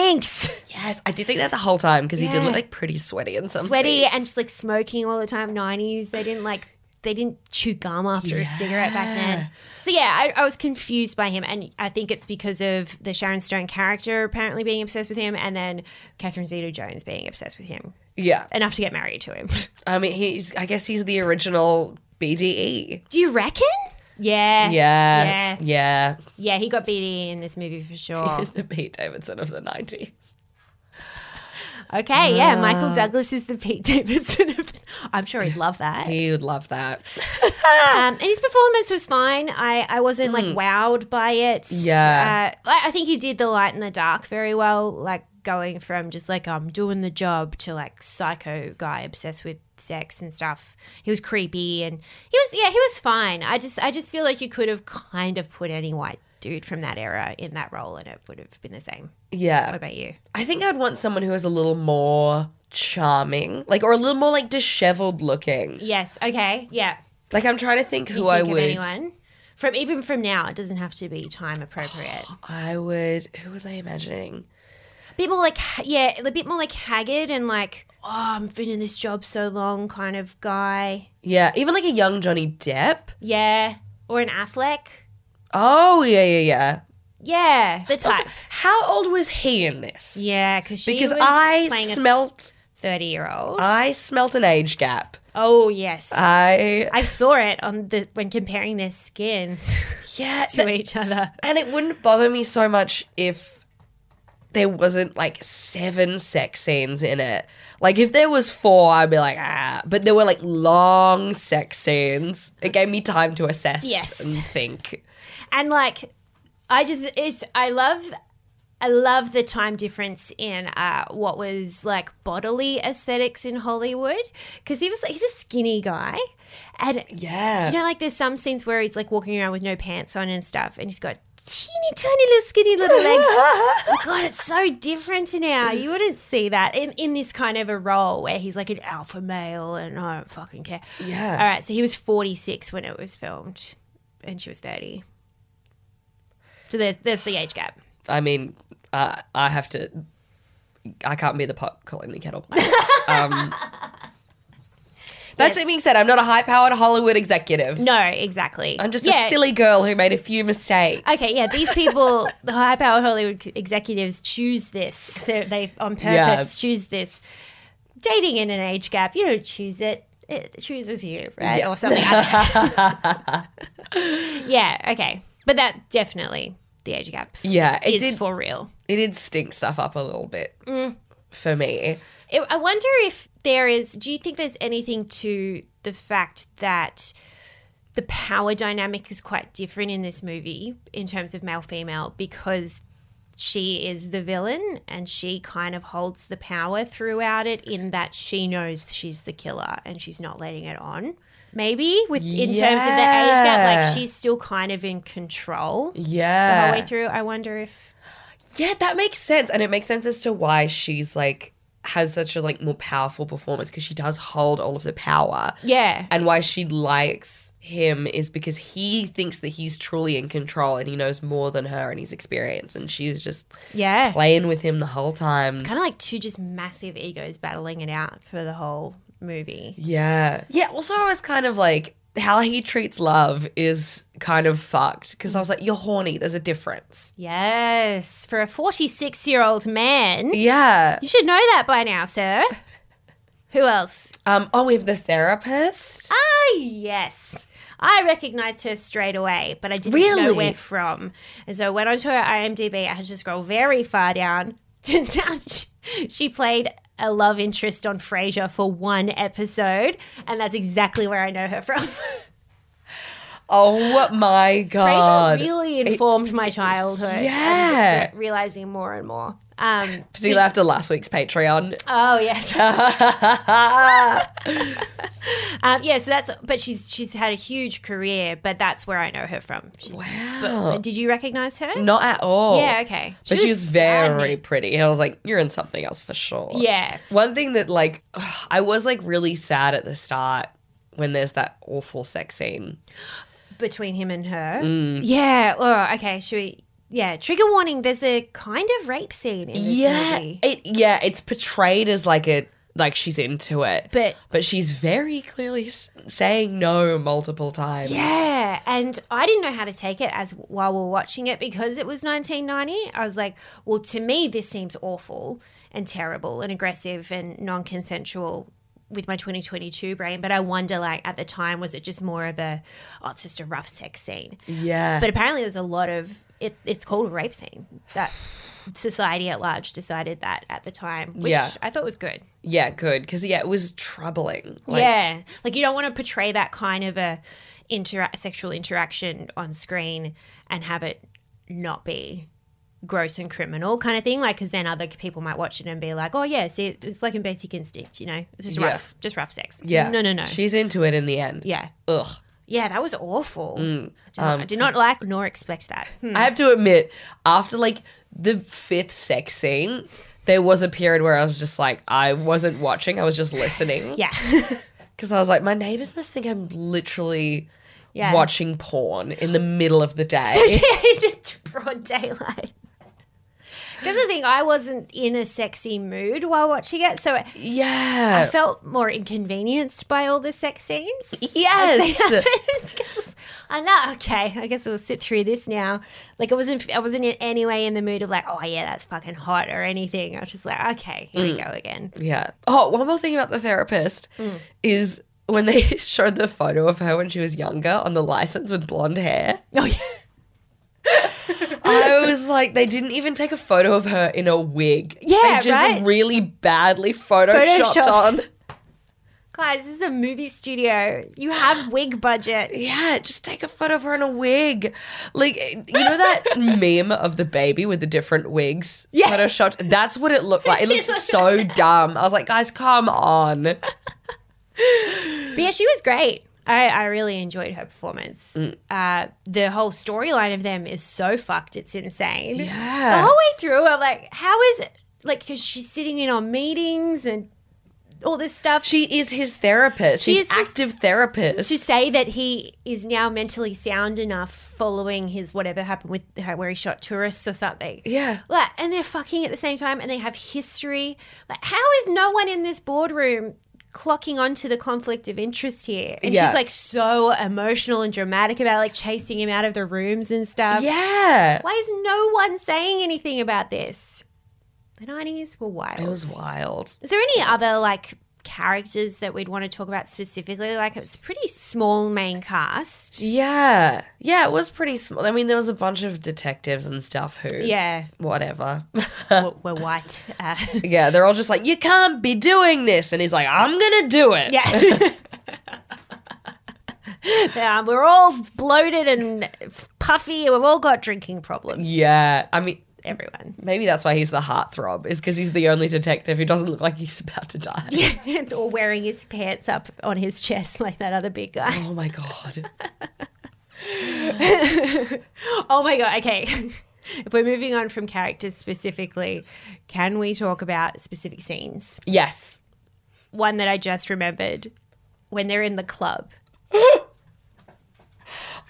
Speaker 2: Yes, I did think that the whole time because he did
Speaker 1: Yeah.
Speaker 2: look like pretty sweaty in some
Speaker 1: Sweaty
Speaker 2: scenes.
Speaker 1: and just like smoking all the time. Nineties. They didn't like. They didn't chew gum after a cigarette back then. So yeah, I, I was confused by him, and I think it's because of the Sharon Stone character apparently being obsessed with him, and then Catherine Zeta-Jones being obsessed with him
Speaker 2: Yeah,
Speaker 1: enough to get married to him. [LAUGHS]
Speaker 2: I mean he's. I guess he's the original E. BDE.
Speaker 1: Do you reckon? Yeah.
Speaker 2: Yeah, yeah,
Speaker 1: Yeah.
Speaker 2: yeah.
Speaker 1: Yeah, he got BD in this movie for sure.
Speaker 2: He's the Pete Davidson of the nineties.
Speaker 1: Okay, yeah. Michael Douglas is the Pete Davidson of [LAUGHS] I'm sure he'd love that.
Speaker 2: He would love that.
Speaker 1: Um, and his performance was fine. I, I wasn't like wowed by it.
Speaker 2: Yeah.
Speaker 1: Uh, I, I think he did the light and the dark very well, like going from just like I'm doing the job to like psycho guy obsessed with sex and stuff. He was creepy and he was yeah, he was fine. I just I just feel like you could have kind of put any white dude from that era in that role and it would have been the same. What
Speaker 2: Yeah,
Speaker 1: about you?
Speaker 2: I think I'd want someone who is a little more charming, like or a little more like disheveled looking.
Speaker 1: Yes, okay. Yeah.
Speaker 2: Like I'm trying to think who
Speaker 1: you
Speaker 2: I
Speaker 1: think
Speaker 2: would.
Speaker 1: of anyone from even from now it doesn't have to be time appropriate
Speaker 2: I would. Who was I imagining?
Speaker 1: a bit more like ha- yeah a bit more like haggard and like oh i'm been in this job so long kind of guy
Speaker 2: Yeah, even like a young Johnny Depp.
Speaker 1: yeah or an affleck
Speaker 2: Oh yeah, yeah, yeah.
Speaker 1: yeah the type
Speaker 2: Also, how old was he in this?
Speaker 1: yeah cause she
Speaker 2: because
Speaker 1: was
Speaker 2: I
Speaker 1: playing
Speaker 2: smelt
Speaker 1: a 30 year old
Speaker 2: I Uh, smelt an age gap.
Speaker 1: oh yes
Speaker 2: I
Speaker 1: i saw it on the when comparing their skin
Speaker 2: yeah,
Speaker 1: to
Speaker 2: [LAUGHS] that-
Speaker 1: each other
Speaker 2: and it wouldn't bother me so much if there wasn't like seven sex scenes in it. Like if there was four, I'd be like ah, but there were like long sex scenes. It gave me time to assess
Speaker 1: Yes.
Speaker 2: and think.
Speaker 1: and like i just it's i love i love the time difference in uh, what was like bodily aesthetics in hollywood because he was he's a skinny guy and
Speaker 2: Yeah,
Speaker 1: you know like there's some scenes where he's like walking around with no pants on and stuff and he's got teeny tiny little skinny little
Speaker 2: [LAUGHS]
Speaker 1: legs oh god it's so different now you wouldn't see that in, in this kind of a role where he's like an alpha male and i don't fucking care
Speaker 2: Yeah.
Speaker 1: all right so he was 46 when it was filmed and she was 30 so there's, there's the age gap
Speaker 2: I mean, uh, I have to. I can't be the pot calling the kettle.
Speaker 1: [LAUGHS]
Speaker 2: um, that's it being said, I'm not a high powered Hollywood executive.
Speaker 1: no exactly
Speaker 2: I'm just
Speaker 1: Yeah.
Speaker 2: a silly girl who made a few mistakes.
Speaker 1: Okay, yeah, these people, the high-powered Hollywood executives, choose this. They, they on purpose
Speaker 2: Yeah.
Speaker 1: choose this. Dating in an age gap, you don't choose it; it chooses you, right,
Speaker 2: Yeah.
Speaker 1: or something. like that. [LAUGHS] yeah, okay, but that definitely the age gap.
Speaker 2: Yeah, it
Speaker 1: is
Speaker 2: did.
Speaker 1: for real.
Speaker 2: it did stink stuff up a little bit for me.
Speaker 1: It, I wonder if there is. Do you think there's anything to the fact that the power dynamic is quite different in this movie in terms of male female because she is the villain and she kind of holds the power throughout it in that she knows she's the killer and she's not letting it on. Maybe with in terms of the age gap,
Speaker 2: Yeah.
Speaker 1: like she's still kind of in control the
Speaker 2: Yeah,
Speaker 1: whole way through. I wonder if
Speaker 2: yeah, that makes sense, and it makes sense as to why she's like has such a like more powerful performance because she does hold all of the power.
Speaker 1: yeah,
Speaker 2: and why she likes him is because he thinks that he's truly in control and he knows more than her and he's experienced and she's just
Speaker 1: yeah.
Speaker 2: playing with him the whole time
Speaker 1: kind of like two just massive egos battling it out for the whole movie.
Speaker 2: yeah yeah also i was kind of like how he treats love is kind of fucked because i was like you're horny there's a difference
Speaker 1: Yes, for a 46 year old man.
Speaker 2: yeah
Speaker 1: You should know that by now,
Speaker 2: [LAUGHS]
Speaker 1: sir. Who else?
Speaker 2: um oh we have the therapist
Speaker 1: Ah, yes. I recognized her straight away, but I didn't know
Speaker 2: Really?
Speaker 1: where from. And so I went onto her IMDb. I had to scroll very far down. [LAUGHS] Turns out she- she played a love interest on Frasier for one episode, and that's exactly where I know her from. [LAUGHS]
Speaker 2: oh my
Speaker 1: Frasier
Speaker 2: god
Speaker 1: really informed my childhood. and re-
Speaker 2: Yeah.
Speaker 1: realizing more and more. Um,
Speaker 2: Particularly after last week's Patreon.
Speaker 1: [LAUGHS] oh [LAUGHS] yes. um, yeah. So that's. But she's she's had a huge career. But that's where I know her from. She, wow. But did you recognize her?
Speaker 2: Not at all.
Speaker 1: Yeah. Okay.
Speaker 2: But she was very
Speaker 1: stunning.
Speaker 2: pretty. I was like, you're in something else for sure.
Speaker 1: Yeah.
Speaker 2: One thing that like [SIGHS] I was like really sad at the start when there's that awful sex scene.
Speaker 1: between him and her. Yeah. Oh, okay. Should we? Yeah. Trigger warning. There's a kind of rape scene in this movie.
Speaker 2: It yeah, it's portrayed as like a like she's into it.
Speaker 1: But-
Speaker 2: but she's very clearly s- saying no multiple times.
Speaker 1: Yeah, and I didn't know how to take it as while we we're watching it because it was 1990. I was like, well, to me this seems awful and terrible and aggressive and non-consensual with my 2022 brain, but I wonder like at the time was it just more of a oh, it's just a rough sex scene.
Speaker 2: Yeah.
Speaker 1: But apparently, there's a lot of it. It's called a rape scene. That's society at large decided that at the time, which
Speaker 2: Yeah.
Speaker 1: I thought was good.
Speaker 2: yeah, good cuz yeah, it was troubling. Like,
Speaker 1: yeah, like you don't want to portray that kind of a intera- sexual interaction on screen and have it not be gross and criminal kind of thing. Like, because then other people might watch it and be like, "Oh yeah, see, it's like in Basic Instinct, you know, it's just
Speaker 2: Yeah.
Speaker 1: rough, just rough sex."
Speaker 2: Yeah.
Speaker 1: no, no, no.
Speaker 2: She's into it in the end.
Speaker 1: yeah,
Speaker 2: Ugh.
Speaker 1: yeah, that was awful.
Speaker 2: Mm,
Speaker 1: I did,
Speaker 2: um,
Speaker 1: not, I did not like nor expect that. Hmm.
Speaker 2: I have to admit, after like the fifth sex scene, there was a period where I was just like, I wasn't watching, I was just listening.
Speaker 1: [LAUGHS]
Speaker 2: [LAUGHS]
Speaker 1: Yeah,
Speaker 2: Because I was like, my neighbors must think I'm literally
Speaker 1: yeah.
Speaker 2: watching porn in the middle of the
Speaker 1: [LAUGHS]
Speaker 2: day.
Speaker 1: in the broad daylight. Because the thing, I wasn't in a sexy mood while watching it, so I
Speaker 2: yeah.
Speaker 1: felt more inconvenienced by all the sex scenes. [LAUGHS]
Speaker 2: Yes.
Speaker 1: I know. Okay, I guess we'll sit through this now. Like I wasn't, I wasn't in any way in the mood of like, oh yeah, that's fucking hot or anything. I was just like, okay, here we go again.
Speaker 2: yeah. Oh, one more thing about the therapist
Speaker 1: Hmm.
Speaker 2: is when they [LAUGHS] showed the photo of her when she was younger on the license with blonde hair.
Speaker 1: Oh yeah.
Speaker 2: [LAUGHS] I was like, they didn't even take a photo of her in a wig.
Speaker 1: Yeah,
Speaker 2: they just
Speaker 1: right?
Speaker 2: really badly photoshopped,
Speaker 1: Photoshopped.
Speaker 2: on.
Speaker 1: Guys, this is a movie studio. You have wig budget.
Speaker 2: Yeah, just take a photo of her in a wig. Like, eh, you know
Speaker 1: [LAUGHS]
Speaker 2: that meme of the baby with the different wigs
Speaker 1: Yeah.
Speaker 2: photoshopped? That's what it looked like.
Speaker 1: [LAUGHS]
Speaker 2: It looked so dumb. I was like, guys, come on.
Speaker 1: But yeah, she was great. I, I really enjoyed her performance.
Speaker 2: Mm.
Speaker 1: Uh, the whole storyline of them is so fucked. It's insane. the
Speaker 2: Yeah.
Speaker 1: whole way through, I'm like, how is it? Like, because she's sitting in on meetings and all this stuff.
Speaker 2: She is his therapist.
Speaker 1: She
Speaker 2: She's
Speaker 1: is his-
Speaker 2: active therapist.
Speaker 1: to say that he is now mentally sound enough following his whatever happened with her where he shot tourists or something.
Speaker 2: Yeah.
Speaker 1: Like, and they're fucking at the same time and they have history. Like, how is no one in this boardroom clocking onto the conflict of interest here? And
Speaker 2: Yeah.
Speaker 1: she's like so emotional and dramatic about like chasing him out of the rooms and stuff.
Speaker 2: yeah.
Speaker 1: Why is no one saying anything about this? The 90s were wild.
Speaker 2: It was wild.
Speaker 1: Is there any other like characters that we'd want to talk about specifically? Like it's a pretty small main cast.
Speaker 2: Yeah. Yeah, it was pretty small. I mean, there was a bunch of detectives and stuff who.
Speaker 1: Yeah,
Speaker 2: Whatever. [LAUGHS]
Speaker 1: we're, we're white. Uh,
Speaker 2: yeah, they're all just like, you can't be doing this. And he's like, I'm going to do it.
Speaker 1: [LAUGHS] yeah. yeah, we're all bloated and puffy. and We've all got drinking problems.
Speaker 2: Yeah. I mean,
Speaker 1: [LAUGHS] Everyone,
Speaker 2: Maybe that's why he's the heartthrob, is because he's the only detective who doesn't look like he's about to die.
Speaker 1: or wearing his pants up on his chest [LAUGHS] like that other big guy.
Speaker 2: Oh my god.
Speaker 1: Oh my god. Okay. [LAUGHS] if we're moving on from characters specifically, can we talk about specific scenes?
Speaker 2: Yes.
Speaker 1: one that I just remembered when they're in the club.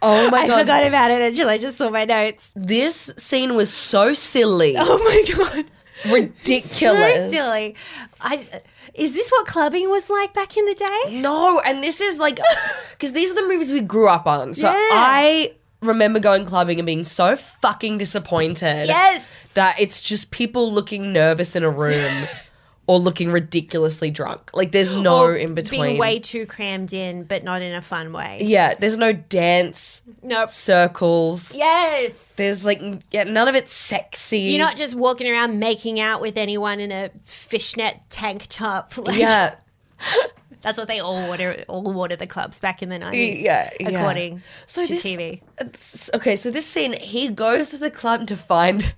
Speaker 2: Oh my
Speaker 1: I
Speaker 2: god.
Speaker 1: forgot about it until I just saw my notes.
Speaker 2: This scene was so silly.
Speaker 1: [LAUGHS] Oh my god.
Speaker 2: Ridiculous.
Speaker 1: So silly. I is this what clubbing was like back in the day?
Speaker 2: No, and this
Speaker 1: [LAUGHS]
Speaker 2: is like because these are the movies we grew up on. So
Speaker 1: Yeah.
Speaker 2: I remember going clubbing and being so fucking disappointed.
Speaker 1: Yes.
Speaker 2: That it's just people looking nervous in
Speaker 1: [LAUGHS]
Speaker 2: a room or looking ridiculously drunk. Like there's no
Speaker 1: Or
Speaker 2: in between.
Speaker 1: Being way too crammed in, but not in a fun way.
Speaker 2: yeah, there's no dance
Speaker 1: Nope.
Speaker 2: circles.
Speaker 1: Yes.
Speaker 2: There's like n- yeah, none of it's sexy.
Speaker 1: You're not just walking around making out with anyone in a fishnet tank top. [LAUGHS] Like,
Speaker 2: Yeah,
Speaker 1: That's what they all water all water the clubs back in the nineties.
Speaker 2: yeah, yeah.
Speaker 1: According
Speaker 2: So
Speaker 1: to
Speaker 2: this- [LAUGHS] uh,
Speaker 1: TV.
Speaker 2: It's- okay. So this scene, he goes to the club to find [LAUGHS]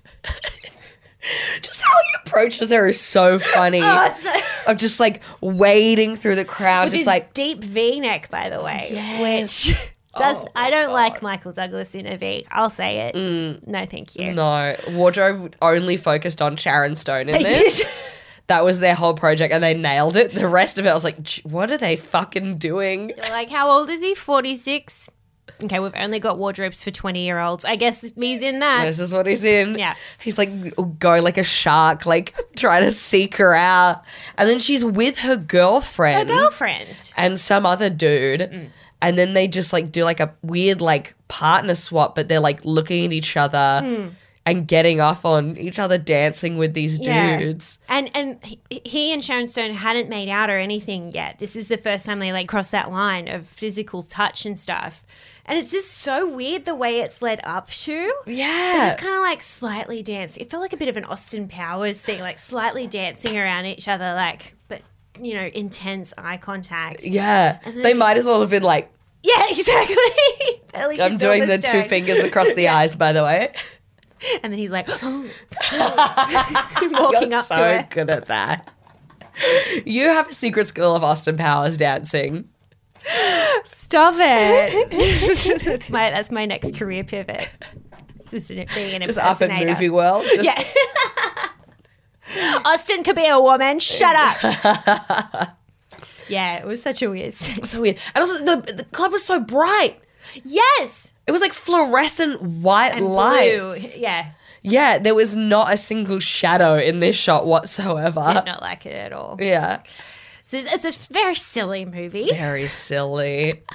Speaker 2: Just how he approaches her
Speaker 1: [LAUGHS]
Speaker 2: is
Speaker 1: Oh,
Speaker 2: so funny. I'm just like wading through the crowd,
Speaker 1: With
Speaker 2: just
Speaker 1: his
Speaker 2: like Oh
Speaker 1: deep V neck, by the way.
Speaker 2: which
Speaker 1: [LAUGHS] Does I don't like Michael Douglas in a V. I'll say it.
Speaker 2: Mm.
Speaker 1: No, thank you. [LAUGHS]
Speaker 2: no wardrobe only focused on Sharon Stone
Speaker 1: [LAUGHS]
Speaker 2: in this. that was their whole project, and they nailed it. The rest of it, I was like, "J- what are they fucking doing?
Speaker 1: They're like, how old is he? Forty six. Okay, we've only got wardrobes for twenty year olds. I guess he's in that.
Speaker 2: This is what he's in.
Speaker 1: Yeah.
Speaker 2: He's like, go like a shark, like trying to seek her out. And then she's with
Speaker 1: Her
Speaker 2: her girlfriend.
Speaker 1: girlfriend.
Speaker 2: and some other dude.
Speaker 1: Mm.
Speaker 2: And then they just like do like a weird like partner swap, but they're like looking at each other
Speaker 1: Mm.
Speaker 2: and getting off on each other dancing with these
Speaker 1: Yeah.
Speaker 2: dudes.
Speaker 1: And and he- he and Sharon Stone hadn't made out or anything yet. This is the first time they like crossed that line of physical touch and stuff. And it's just so weird the way it's led up to. It
Speaker 2: Yeah.
Speaker 1: was kind of like slightly dancing. It felt like a bit of an Austin Powers thing, like slightly dancing around each other, like but you know, intense eye contact.
Speaker 2: yeah. They, might as well have been like,
Speaker 1: Yeah, [LAUGHS] exactly. Alicia
Speaker 2: I'm doing the two
Speaker 1: Silverstone.
Speaker 2: fingers across
Speaker 1: [LAUGHS]
Speaker 2: the eyes, by the way.
Speaker 1: and then he's like,
Speaker 2: [LAUGHS]
Speaker 1: oh. walking
Speaker 2: You're
Speaker 1: up
Speaker 2: so
Speaker 1: to her.
Speaker 2: good at that. [LAUGHS] You have a secret skill of Austin Powers dancing.
Speaker 1: Stop it.
Speaker 2: [LAUGHS]
Speaker 1: that's my that's my next career pivot. Just an- being an
Speaker 2: Just up in
Speaker 1: impersonator.
Speaker 2: movie world. Just
Speaker 1: Yeah. [LAUGHS] Austin could be a woman. Shut up.
Speaker 2: [LAUGHS]
Speaker 1: yeah, it was such a weird.
Speaker 2: [LAUGHS] so weird. And also the the club was so bright.
Speaker 1: yes.
Speaker 2: It was like fluorescent white
Speaker 1: And
Speaker 2: light.
Speaker 1: blue. Yeah.
Speaker 2: Yeah, there was not a single shadow in this shot whatsoever.
Speaker 1: Did not like it at all.
Speaker 2: [LAUGHS] Yeah.
Speaker 1: So It's, it's a very silly movie.
Speaker 2: Very silly. [LAUGHS]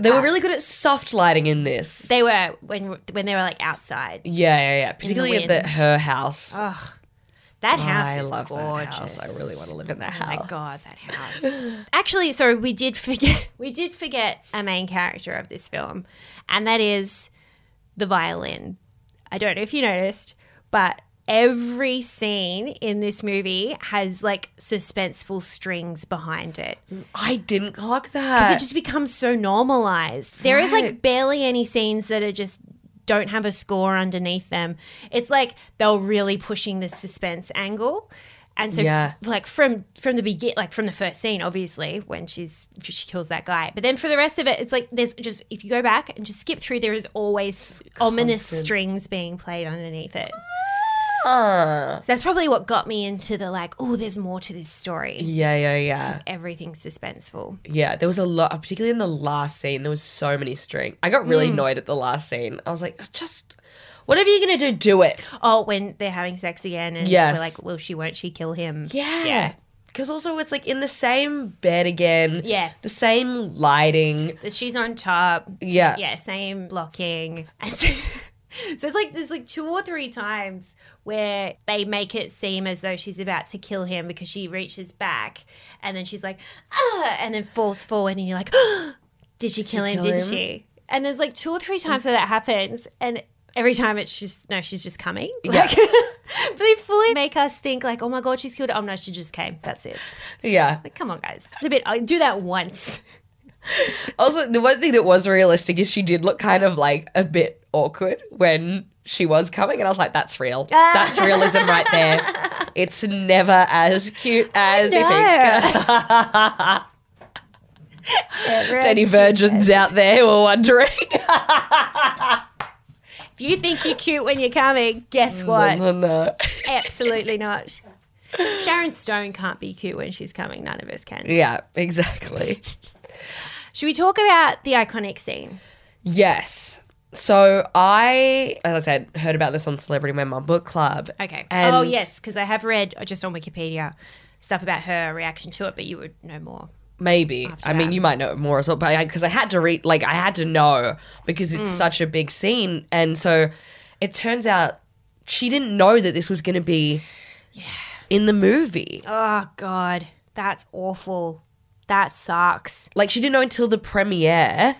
Speaker 2: They were really good at soft lighting in this.
Speaker 1: They were when when they were like outside.
Speaker 2: Yeah, yeah, yeah. Particularly at the,
Speaker 1: wind.
Speaker 2: her house.
Speaker 1: That house
Speaker 2: I
Speaker 1: is
Speaker 2: love
Speaker 1: gorgeous.
Speaker 2: that house. I really want to live in that
Speaker 1: Oh my
Speaker 2: house.
Speaker 1: god, that house! [LAUGHS] Actually, sorry, we did forget. [LAUGHS] We did forget a main character of this film, and that is the violin. I don't know if you noticed, but every scene in this movie has like suspenseful strings behind it.
Speaker 2: I didn't clock
Speaker 1: It
Speaker 2: that.
Speaker 1: just becomes so normalized. There is like
Speaker 2: Right.
Speaker 1: barely any scenes that are just don't have a score underneath them. It's like they're really pushing the suspense angle. And so
Speaker 2: Yeah.
Speaker 1: like from from the begin like from the first scene obviously when she's she kills that guy. But then for the rest of it it's like there's just if you go back and just skip through there is always ominous strings being played underneath it.
Speaker 2: Uh.
Speaker 1: So that's probably what got me into the like oh there's more to this story.
Speaker 2: yeah, yeah, yeah.
Speaker 1: Everything's suspenseful.
Speaker 2: Yeah, there was a lot, particularly in the last scene, there was so many string. I got
Speaker 1: Hmm.
Speaker 2: really annoyed at the last scene. I was like, just, whatever you're going to do, do it.
Speaker 1: Oh, when they're having sex again, and
Speaker 2: Yes.
Speaker 1: we're like, will she, won't she kill him?
Speaker 2: Yeah. Because also, it's like in the same bed again.
Speaker 1: Yeah.
Speaker 2: The same lighting.
Speaker 1: But she's on top.
Speaker 2: Yeah.
Speaker 1: Yeah, same blocking. [LAUGHS] And so, so it's like there's like two or three times where they make it seem as though she's about to kill him because she reaches back and then she's like, ah, and then falls forward, and you're like, [GASPS] did she kill him?
Speaker 2: kill
Speaker 1: Did
Speaker 2: him? Mm.
Speaker 1: she? And there's like two or three times where that happens, and every time it's just no, she's just coming. [LAUGHS]
Speaker 2: Yeah. [LAUGHS]
Speaker 1: But they fully make us think like, oh my god, she's killed. Oh no, she just came. That's it.
Speaker 2: yeah.
Speaker 1: Like, come on, guys. It's a bit. I do that once.
Speaker 2: Also, the one thing that was realistic is she did look kind of like a bit awkward when she was coming, and I was like,
Speaker 1: [LAUGHS]
Speaker 2: "That's real. That's realism right there. It's never as cute as you think."
Speaker 1: [LAUGHS]
Speaker 2: Any virgins out there were wondering.
Speaker 1: If you think you're cute when you're coming, guess [LAUGHS]
Speaker 2: No,
Speaker 1: what?
Speaker 2: [LAUGHS] no, no.
Speaker 1: mm. Absolutely not. Sharon Stone can't be cute when she's coming. None of us can.
Speaker 2: Yeah, exactly.
Speaker 1: Should we talk about the iconic scene?
Speaker 2: Yes. So I, as I said, heard about this on Celebrity My Mum Book Club.
Speaker 1: Okay.
Speaker 2: And
Speaker 1: oh yes, because I have read uh, just on Wikipedia stuff about her reaction to it, but you would know more.
Speaker 2: Maybe. I mean, you might know more as well, but because I, had to read, like, I had to know because it's such a big scene. And so it turns out she didn't know that this was going to be in the movie.
Speaker 1: Oh God, that's awful. That sucks.
Speaker 2: Like, she didn't know until the premiere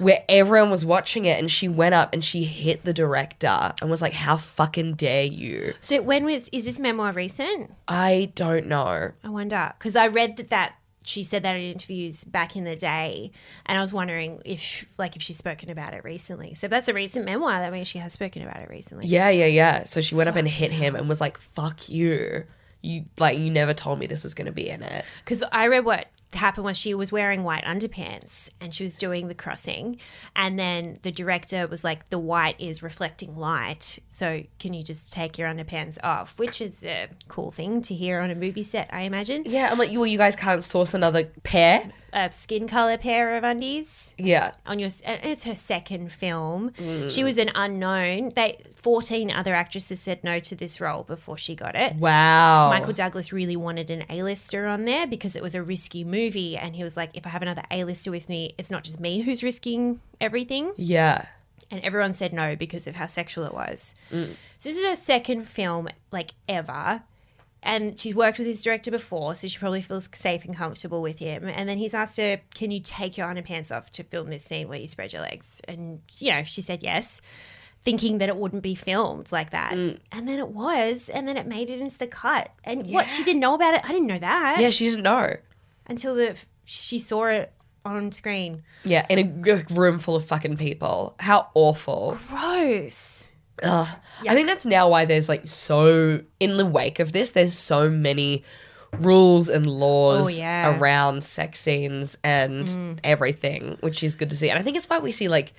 Speaker 2: where everyone was watching it and she went up and she hit the director and was like, How fucking dare you?
Speaker 1: So when was is this memoir recent?
Speaker 2: I don't know.
Speaker 1: I wonder because I read that that she said that in interviews back in the day, and I was wondering if like if she's spoken about it recently. So if that's a recent memoir. That means she has spoken about it recently.
Speaker 2: Yeah, yeah, yeah. So she went up and hit him and was like, "Fuck you." You like you never told me this was gonna be in it.
Speaker 1: Because I read what happened was she was wearing white underpants and she was doing the crossing, and then the director was like, "The white is reflecting light, so can you just take your underpants off?" Which is a cool thing to hear on a movie set, I imagine.
Speaker 2: Yeah, I'm like, well, you guys can't source another pair.
Speaker 1: A skin color pair of undies.
Speaker 2: Yeah,
Speaker 1: on your and it's her second film. She was an unknown. They 14 other actresses said no to this role before she got it.
Speaker 2: wow.
Speaker 1: Michael Douglas really wanted an A-lister on there because it was a risky movie and he was like if I have another A-lister with me, it's not just me who's risking everything.
Speaker 2: yeah,
Speaker 1: And everyone said no because of how sexual it was. So this is her second film like ever. And she's worked with his director before, so she probably feels safe and comfortable with him. And then he's asked her, Can you take your underpants off to film this scene where you spread your legs? And, you know, she said yes, thinking that it wouldn't be filmed like that.
Speaker 2: Mm.
Speaker 1: And then it was, and then it made it into the cut. And what? She didn't know about it? I didn't know that
Speaker 2: yeah. She didn't know.
Speaker 1: until the, she saw it on screen.
Speaker 2: Yeah, in a g- room full of fucking people. How awful.
Speaker 1: Gross.
Speaker 2: I think that's now why there's like so in the wake of this, there's so many rules and laws
Speaker 1: Oh, yeah. Mm.
Speaker 2: around sex scenes and everything, which is good to see. And I think it's why we see like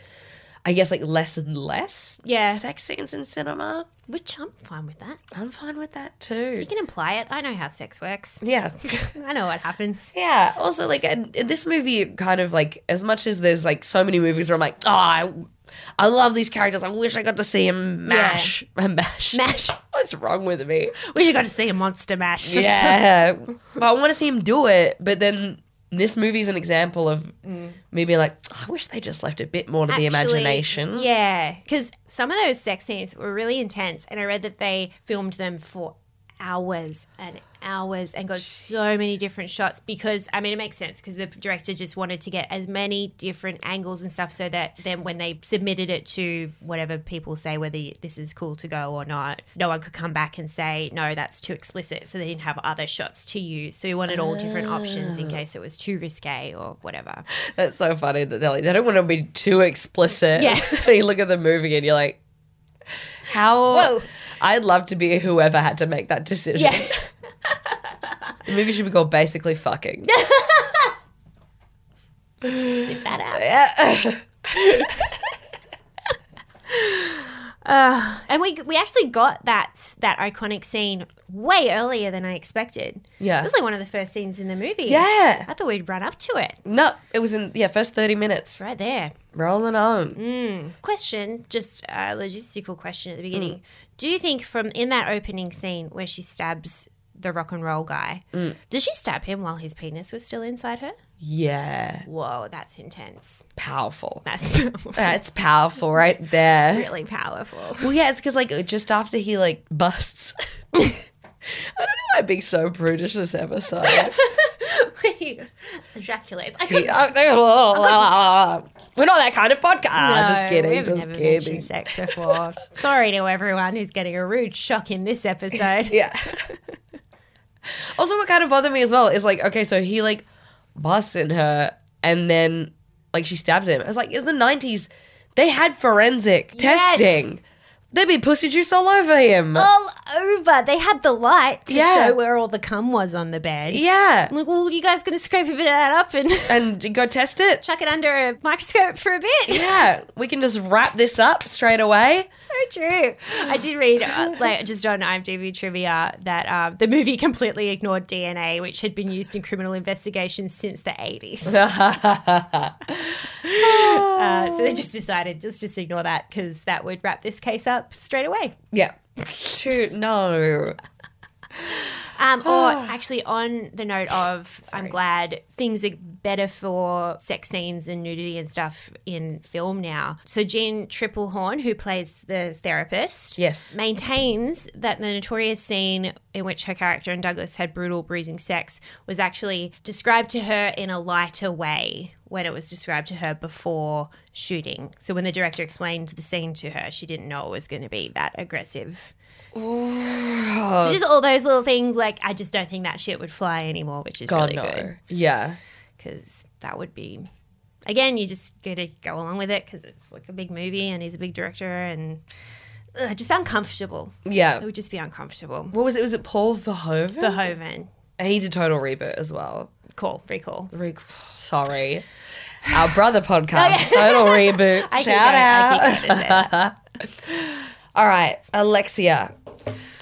Speaker 2: I guess like less and less
Speaker 1: Yeah.
Speaker 2: sex scenes in cinema.
Speaker 1: Which I'm fine with that.
Speaker 2: I'm fine with that too.
Speaker 1: You can imply it. I know how sex works.
Speaker 2: yeah.
Speaker 1: [LAUGHS] I know what happens.
Speaker 2: Yeah. Also, like and and this movie, kind of like as much as there's like so many movies where I'm like, oh, I, I love these characters. I wish I got to see him mash, [LAUGHS] mash,
Speaker 1: Mash.
Speaker 2: What's wrong with me?
Speaker 1: We should go to see a monster mash. [LAUGHS]
Speaker 2: Yeah. but I want to see him do it. But then this movie's an example of me being like, "Oh, I wish they just left a bit more to the
Speaker 1: Mm. Actually,
Speaker 2: imagination.
Speaker 1: Yeah, because some of those sex scenes were really intense, and I read that they filmed them for hours and hours and got so many different shots because I mean it makes sense because the director just wanted to get as many different angles and stuff so that then when they submitted it to whatever people say whether this is cool to go or not no one could come back and say no that's too explicit so they didn't have other shots to use so he wanted all different options
Speaker 2: Ah.
Speaker 1: in case it was too risque or whatever
Speaker 2: That's so funny that they're like, they don't want to be too explicit. [LAUGHS]
Speaker 1: Yeah.
Speaker 2: you look at the movie and you're like, how?
Speaker 1: Whoa.
Speaker 2: I'd love to be whoever had to make that decision. [LAUGHS]
Speaker 1: Yeah.
Speaker 2: the movie should be called Basically Fucking.
Speaker 1: that out [LAUGHS] Uh, And we we actually got that that iconic scene way earlier than I expected.
Speaker 2: Yeah.
Speaker 1: it was like one of the first scenes in the movie.
Speaker 2: Yeah.
Speaker 1: I thought we'd run up to it
Speaker 2: no, it was in, yeah, first 30 minutes.
Speaker 1: right Mm. there.
Speaker 2: Rolling on.
Speaker 1: Question, just a logistical question at the beginning. Do you think from in that opening scene where she stabs the rock and roll guy, did she stab him while his penis was still inside her?
Speaker 2: Yeah.
Speaker 1: Whoa, that's intense.
Speaker 2: Powerful.
Speaker 1: That's [LAUGHS]
Speaker 2: That's powerful right there.
Speaker 1: really powerful.
Speaker 2: Well, yeah, it's because like just after he like busts. [LAUGHS] I don't know why I'm being so brutish this
Speaker 1: [LAUGHS]
Speaker 2: episode.
Speaker 1: Ejaculates. I
Speaker 2: We're
Speaker 1: couldn't
Speaker 2: not that kind of podcast. just
Speaker 1: No,
Speaker 2: kidding.
Speaker 1: we have
Speaker 2: just
Speaker 1: never
Speaker 2: kidding.
Speaker 1: mentioned sex
Speaker 2: [LAUGHS]
Speaker 1: before. Sorry to everyone who's getting a rude shock in this episode.
Speaker 2: Yeah. [LAUGHS] also, what kind of bothered me as well is like, okay, so he like busts in her and then like she stabs him. I was like, in the 90s, they had forensic
Speaker 1: Yes. Oh.
Speaker 2: testing. There'd be pussy juice all over him.
Speaker 1: All over. They had the light to
Speaker 2: Yeah.
Speaker 1: show where all the cum was on the bed.
Speaker 2: Yeah.
Speaker 1: I'm like, well, you guys gonna scrape a bit of that up
Speaker 2: [LAUGHS]
Speaker 1: and
Speaker 2: And you go test it.
Speaker 1: chuck it under a microscope for a bit?
Speaker 2: Yeah, we can just wrap this up straight away.
Speaker 1: so true. I did read, uh, like, just on IMDb trivia, that um, the movie completely ignored DNA, which had been used in criminal investigations since the 80s. Uh, so they just decided, just just ignore that because that would wrap this case up straight away.
Speaker 2: Yeah. Shoot, no.
Speaker 1: Um, or actually, on the note of, I'm glad things are better for sex scenes and nudity and stuff in film now. So Jean Triplehorn, who plays the therapist,
Speaker 2: Yes.
Speaker 1: maintains that the notorious scene in which her character and Douglas had brutal, bruising sex was actually described to her in a lighter way when it was described to her before shooting. So when the director explained the scene to her, she didn't know it was going to be that aggressive.
Speaker 2: Oh.
Speaker 1: So just all those little things. Like I just don't think that shit would fly anymore, which is
Speaker 2: God
Speaker 1: really
Speaker 2: no.
Speaker 1: good
Speaker 2: Yeah.
Speaker 1: because that would be. Again, you just gotta go along with it because it's like a big movie and he's a big director and ugh, just uncomfortable.
Speaker 2: Yeah.
Speaker 1: It would just be uncomfortable.
Speaker 2: What was it? Was it Paul Verhoeven?
Speaker 1: Verhoeven,
Speaker 2: he did Total Reboot as well.
Speaker 1: call, recall.
Speaker 2: Re- [SIGHS] Sorry. Our brother [LAUGHS] podcast, Total Reboot.
Speaker 1: I keep
Speaker 2: Shout
Speaker 1: going-
Speaker 2: out.
Speaker 1: I keep going to say
Speaker 2: [LAUGHS]
Speaker 1: that.
Speaker 2: All right, Alexia.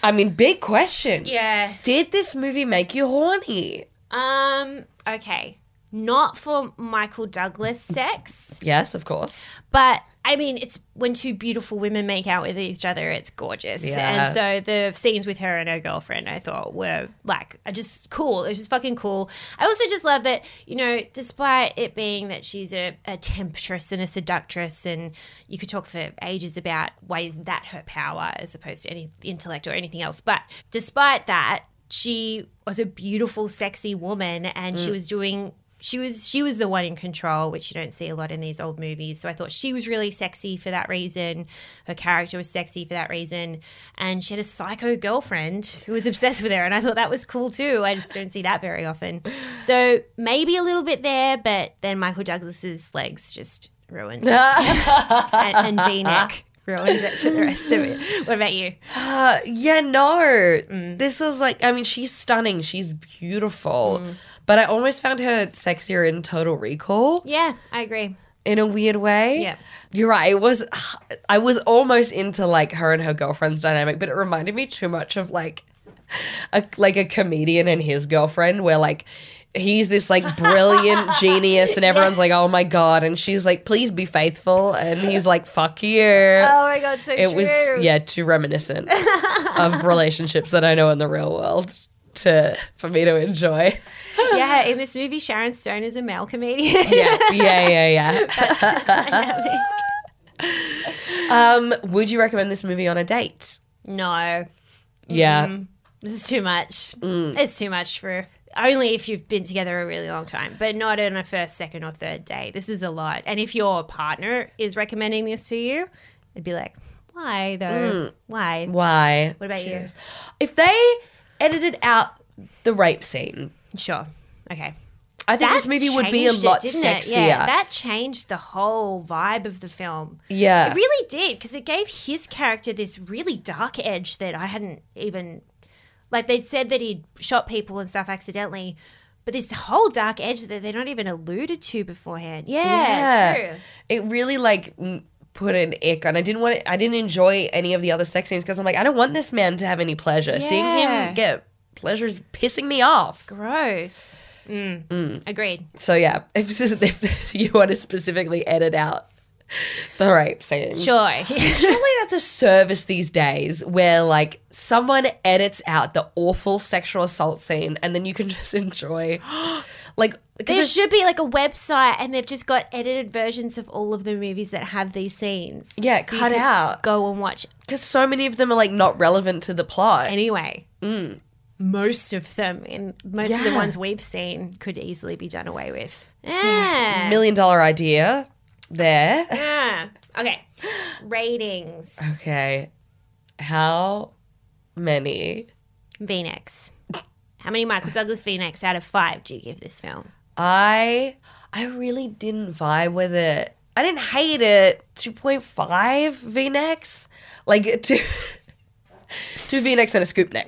Speaker 2: I mean, big question.
Speaker 1: Yeah.
Speaker 2: Did this movie make you horny?
Speaker 1: Um. Okay. Not for Michael Douglas sex,
Speaker 2: Yes, of course.
Speaker 1: but I mean, it's when two beautiful women make out with each other, it's gorgeous.
Speaker 2: Yeah.
Speaker 1: And so the scenes with her and her girlfriend, I thought were like are just cool. It was just fucking cool. I also just love that you know, despite it being that she's a, a temptress and a seductress, and you could talk for ages about why is that her power as opposed to any intellect or anything else, but despite that, she was a beautiful, sexy woman, and she was doing. She was she was the one in control, which you don't see a lot in these old movies. So I thought she was really sexy for that reason. Her character was sexy for that reason, and she had a psycho girlfriend who was obsessed with her, and I thought that was cool too. I just don't see that very often. So maybe a little bit there, but then Michael Douglas's legs just [LAUGHS] ruined it, and, and V neck ruined it for the rest of it. What about you?
Speaker 2: Yeah, no. This is like, I mean, she's stunning. She's beautiful. But I almost found her sexier in Total Recall
Speaker 1: Yeah, I agree.
Speaker 2: in a weird way.
Speaker 1: Yeah.
Speaker 2: You're right. It was, I was almost into like her and her girlfriend's dynamic, but it reminded me too much of like, a, like a comedian and his girlfriend where like, He's this like
Speaker 1: [LAUGHS]
Speaker 2: brilliant genius, and everyone's like, "Oh my god!" And she's like, "Please be faithful," and he's like, "Fuck you."
Speaker 1: Oh my god, so
Speaker 2: it
Speaker 1: true.
Speaker 2: was yeah too reminiscent
Speaker 1: [LAUGHS]
Speaker 2: of relationships that I know in the real world to for me to enjoy.
Speaker 1: yeah. In this movie, Sharon Stone is a male comedian.
Speaker 2: Yeah, yeah, yeah,
Speaker 1: [LAUGHS]
Speaker 2: yeah. um, would you recommend this movie on a date?
Speaker 1: no,
Speaker 2: Yeah,
Speaker 1: Mm-hmm. this is too much. It's too much for only if you've been together a really long time, but not on a first, second, or third date. This is a lot. And if your partner is recommending this to you, it'd be like, why though? Mm. Why?
Speaker 2: why?
Speaker 1: What about you?
Speaker 2: If they edited out the rape scene,
Speaker 1: Sure. Okay.
Speaker 2: I think
Speaker 1: That
Speaker 2: this movie would be a
Speaker 1: changed it,
Speaker 2: lot
Speaker 1: didn't
Speaker 2: sexier.
Speaker 1: it? Yeah, that changed the whole vibe of the film.
Speaker 2: Yeah.
Speaker 1: It really did because it gave his character this really dark edge that I hadn't even like they'd said that he'd shot people and stuff accidentally, but this whole dark edge that they're not even alluded to beforehand. Yeah, true.
Speaker 2: It really like m- put an ick on. I didn't want. It, I didn't enjoy any of the other sex scenes because I'm like, I don't want this man to have any pleasure. Seeing
Speaker 1: Yeah.
Speaker 2: him get pleasure is pissing me off.
Speaker 1: Gross. Mm. Agreed.
Speaker 2: So yeah, [LAUGHS] if, if you want to specifically edit out the rape scene, [LAUGHS]
Speaker 1: Sure.
Speaker 2: Surely that's a service these days where like someone edits out the awful sexual assault scene and then you can [LAUGHS] just enjoy [GASPS] like 'cause
Speaker 1: [LAUGHS] There
Speaker 2: it's-
Speaker 1: should be like a website, and they've just got edited versions of all of the movies that have these scenes.
Speaker 2: Yeah,
Speaker 1: you
Speaker 2: cut
Speaker 1: could
Speaker 2: out.
Speaker 1: Go and watch
Speaker 2: because so many of them are like not relevant to the plot.
Speaker 1: anyway. Most of them, and most of the
Speaker 2: Yeah.
Speaker 1: ones we've seen, could easily be done away with. Yeah.
Speaker 2: Million dollar idea there.
Speaker 1: yeah. Okay. Ratings.
Speaker 2: Okay. How many?
Speaker 1: Phoenix. How many Michael Douglas Phoenix out of five do you give this film?
Speaker 2: I I really didn't vibe with it. I didn't hate it. 2.5 V-necks? Like [LAUGHS] two two V-necks and a scoop neck.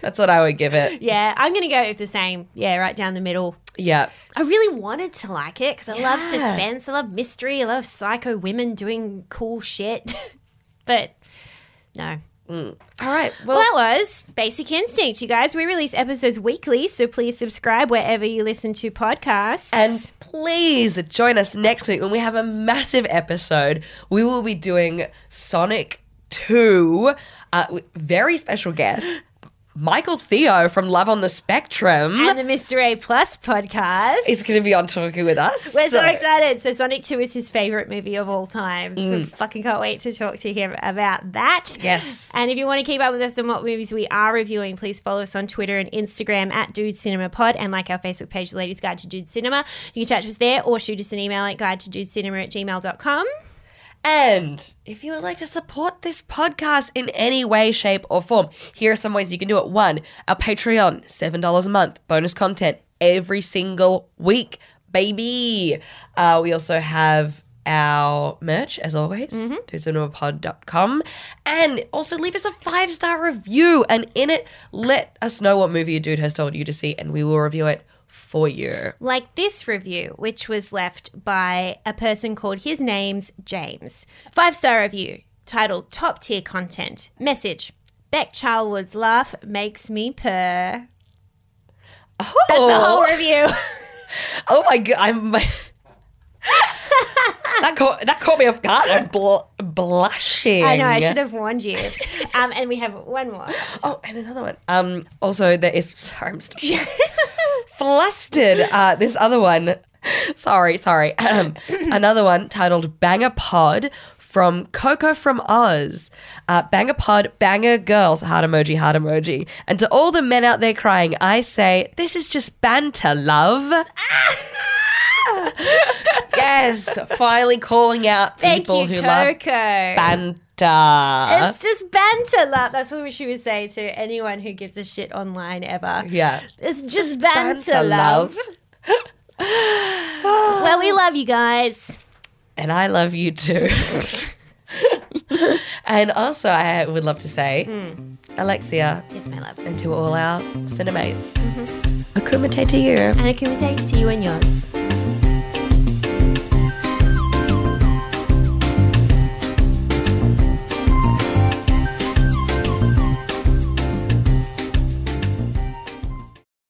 Speaker 2: That's what I would give
Speaker 1: [LAUGHS]
Speaker 2: it.
Speaker 1: yeah, I'm gonna go with the same. Yeah, right down the middle.
Speaker 2: Yeah.
Speaker 1: I really wanted to like it because I love suspense, I love mystery, I love psycho women doing cool shit. [LAUGHS] but no.
Speaker 2: All right. Well,
Speaker 1: Well, that was Basic Instinct, you guys. We release episodes weekly, so please subscribe wherever you listen to podcasts.
Speaker 2: and please join us next week when we have a massive episode. We will be doing Sonic 2, uh, with very special guest, Michael Theo from Love on the Spectrum.
Speaker 1: And the Mr. A Plus podcast.
Speaker 2: is going to be on talking with us.
Speaker 1: We're so, excited. So Sonic 2 is his favorite movie of all time. So fucking can't wait to talk to him about that.
Speaker 2: Yes.
Speaker 1: And if you want to keep up with us on what movies we are reviewing, please follow us on Twitter and Instagram at Dude Cinema Pod and like our Facebook page, The Ladies Guide to Dude Cinema. You can chat to us there or shoot us an email at guide to dude cinema at gmail.com.
Speaker 2: And if you would like to support this podcast in any way, shape, or form, here are some ways you can do it. One, our Patreon, $7 a month, bonus content every single week, baby. Uh, we also have our merch, as always,
Speaker 1: Mm-hmm.
Speaker 2: dudesinamapod.com. And also leave us a five star review. And in it, let us know what movie a dude has told you to see, and we will review it for you.
Speaker 1: like this review, which was left by a person called his name's James. Five star review titled Top Tier Content. Message Beck Charlwood's laugh makes me purr.
Speaker 2: Oh.
Speaker 1: The whole review.
Speaker 2: Oh my [LAUGHS] god! I'm, that caught that caught me off guard. I'm bl- blushing.
Speaker 1: I know, I should have warned you. Um, and we have one more.
Speaker 2: Oh, and another one. Um. Also, there is. [LAUGHS] Sorry, I'm still flustered. Uh, this other one. Sorry, sorry. Um,
Speaker 1: [COUGHS]
Speaker 2: another one titled "Banger Pod." From Coco from Oz, uh, banger pod, banger girls, heart emoji, heart emoji. And to all the men out there crying, I say, this is just banter, love.
Speaker 1: Ah!
Speaker 2: [LAUGHS] yes, finally calling out
Speaker 1: Thank
Speaker 2: people
Speaker 1: you,
Speaker 2: who
Speaker 1: Coco.
Speaker 2: love banter. Uh.
Speaker 1: it's just banter. love. That's what she would say to anyone who gives a shit online ever.
Speaker 2: yeah.
Speaker 1: It's just banter,
Speaker 2: Banter,
Speaker 1: love. well, we love you guys.
Speaker 2: and I love
Speaker 1: [LAUGHS]
Speaker 2: you too. and also, I would love to say, Alexia,
Speaker 1: Mm. Yes, my love. Mm-hmm.
Speaker 2: and to all our cinemates, akumite to you.
Speaker 1: And I can take to you and yours.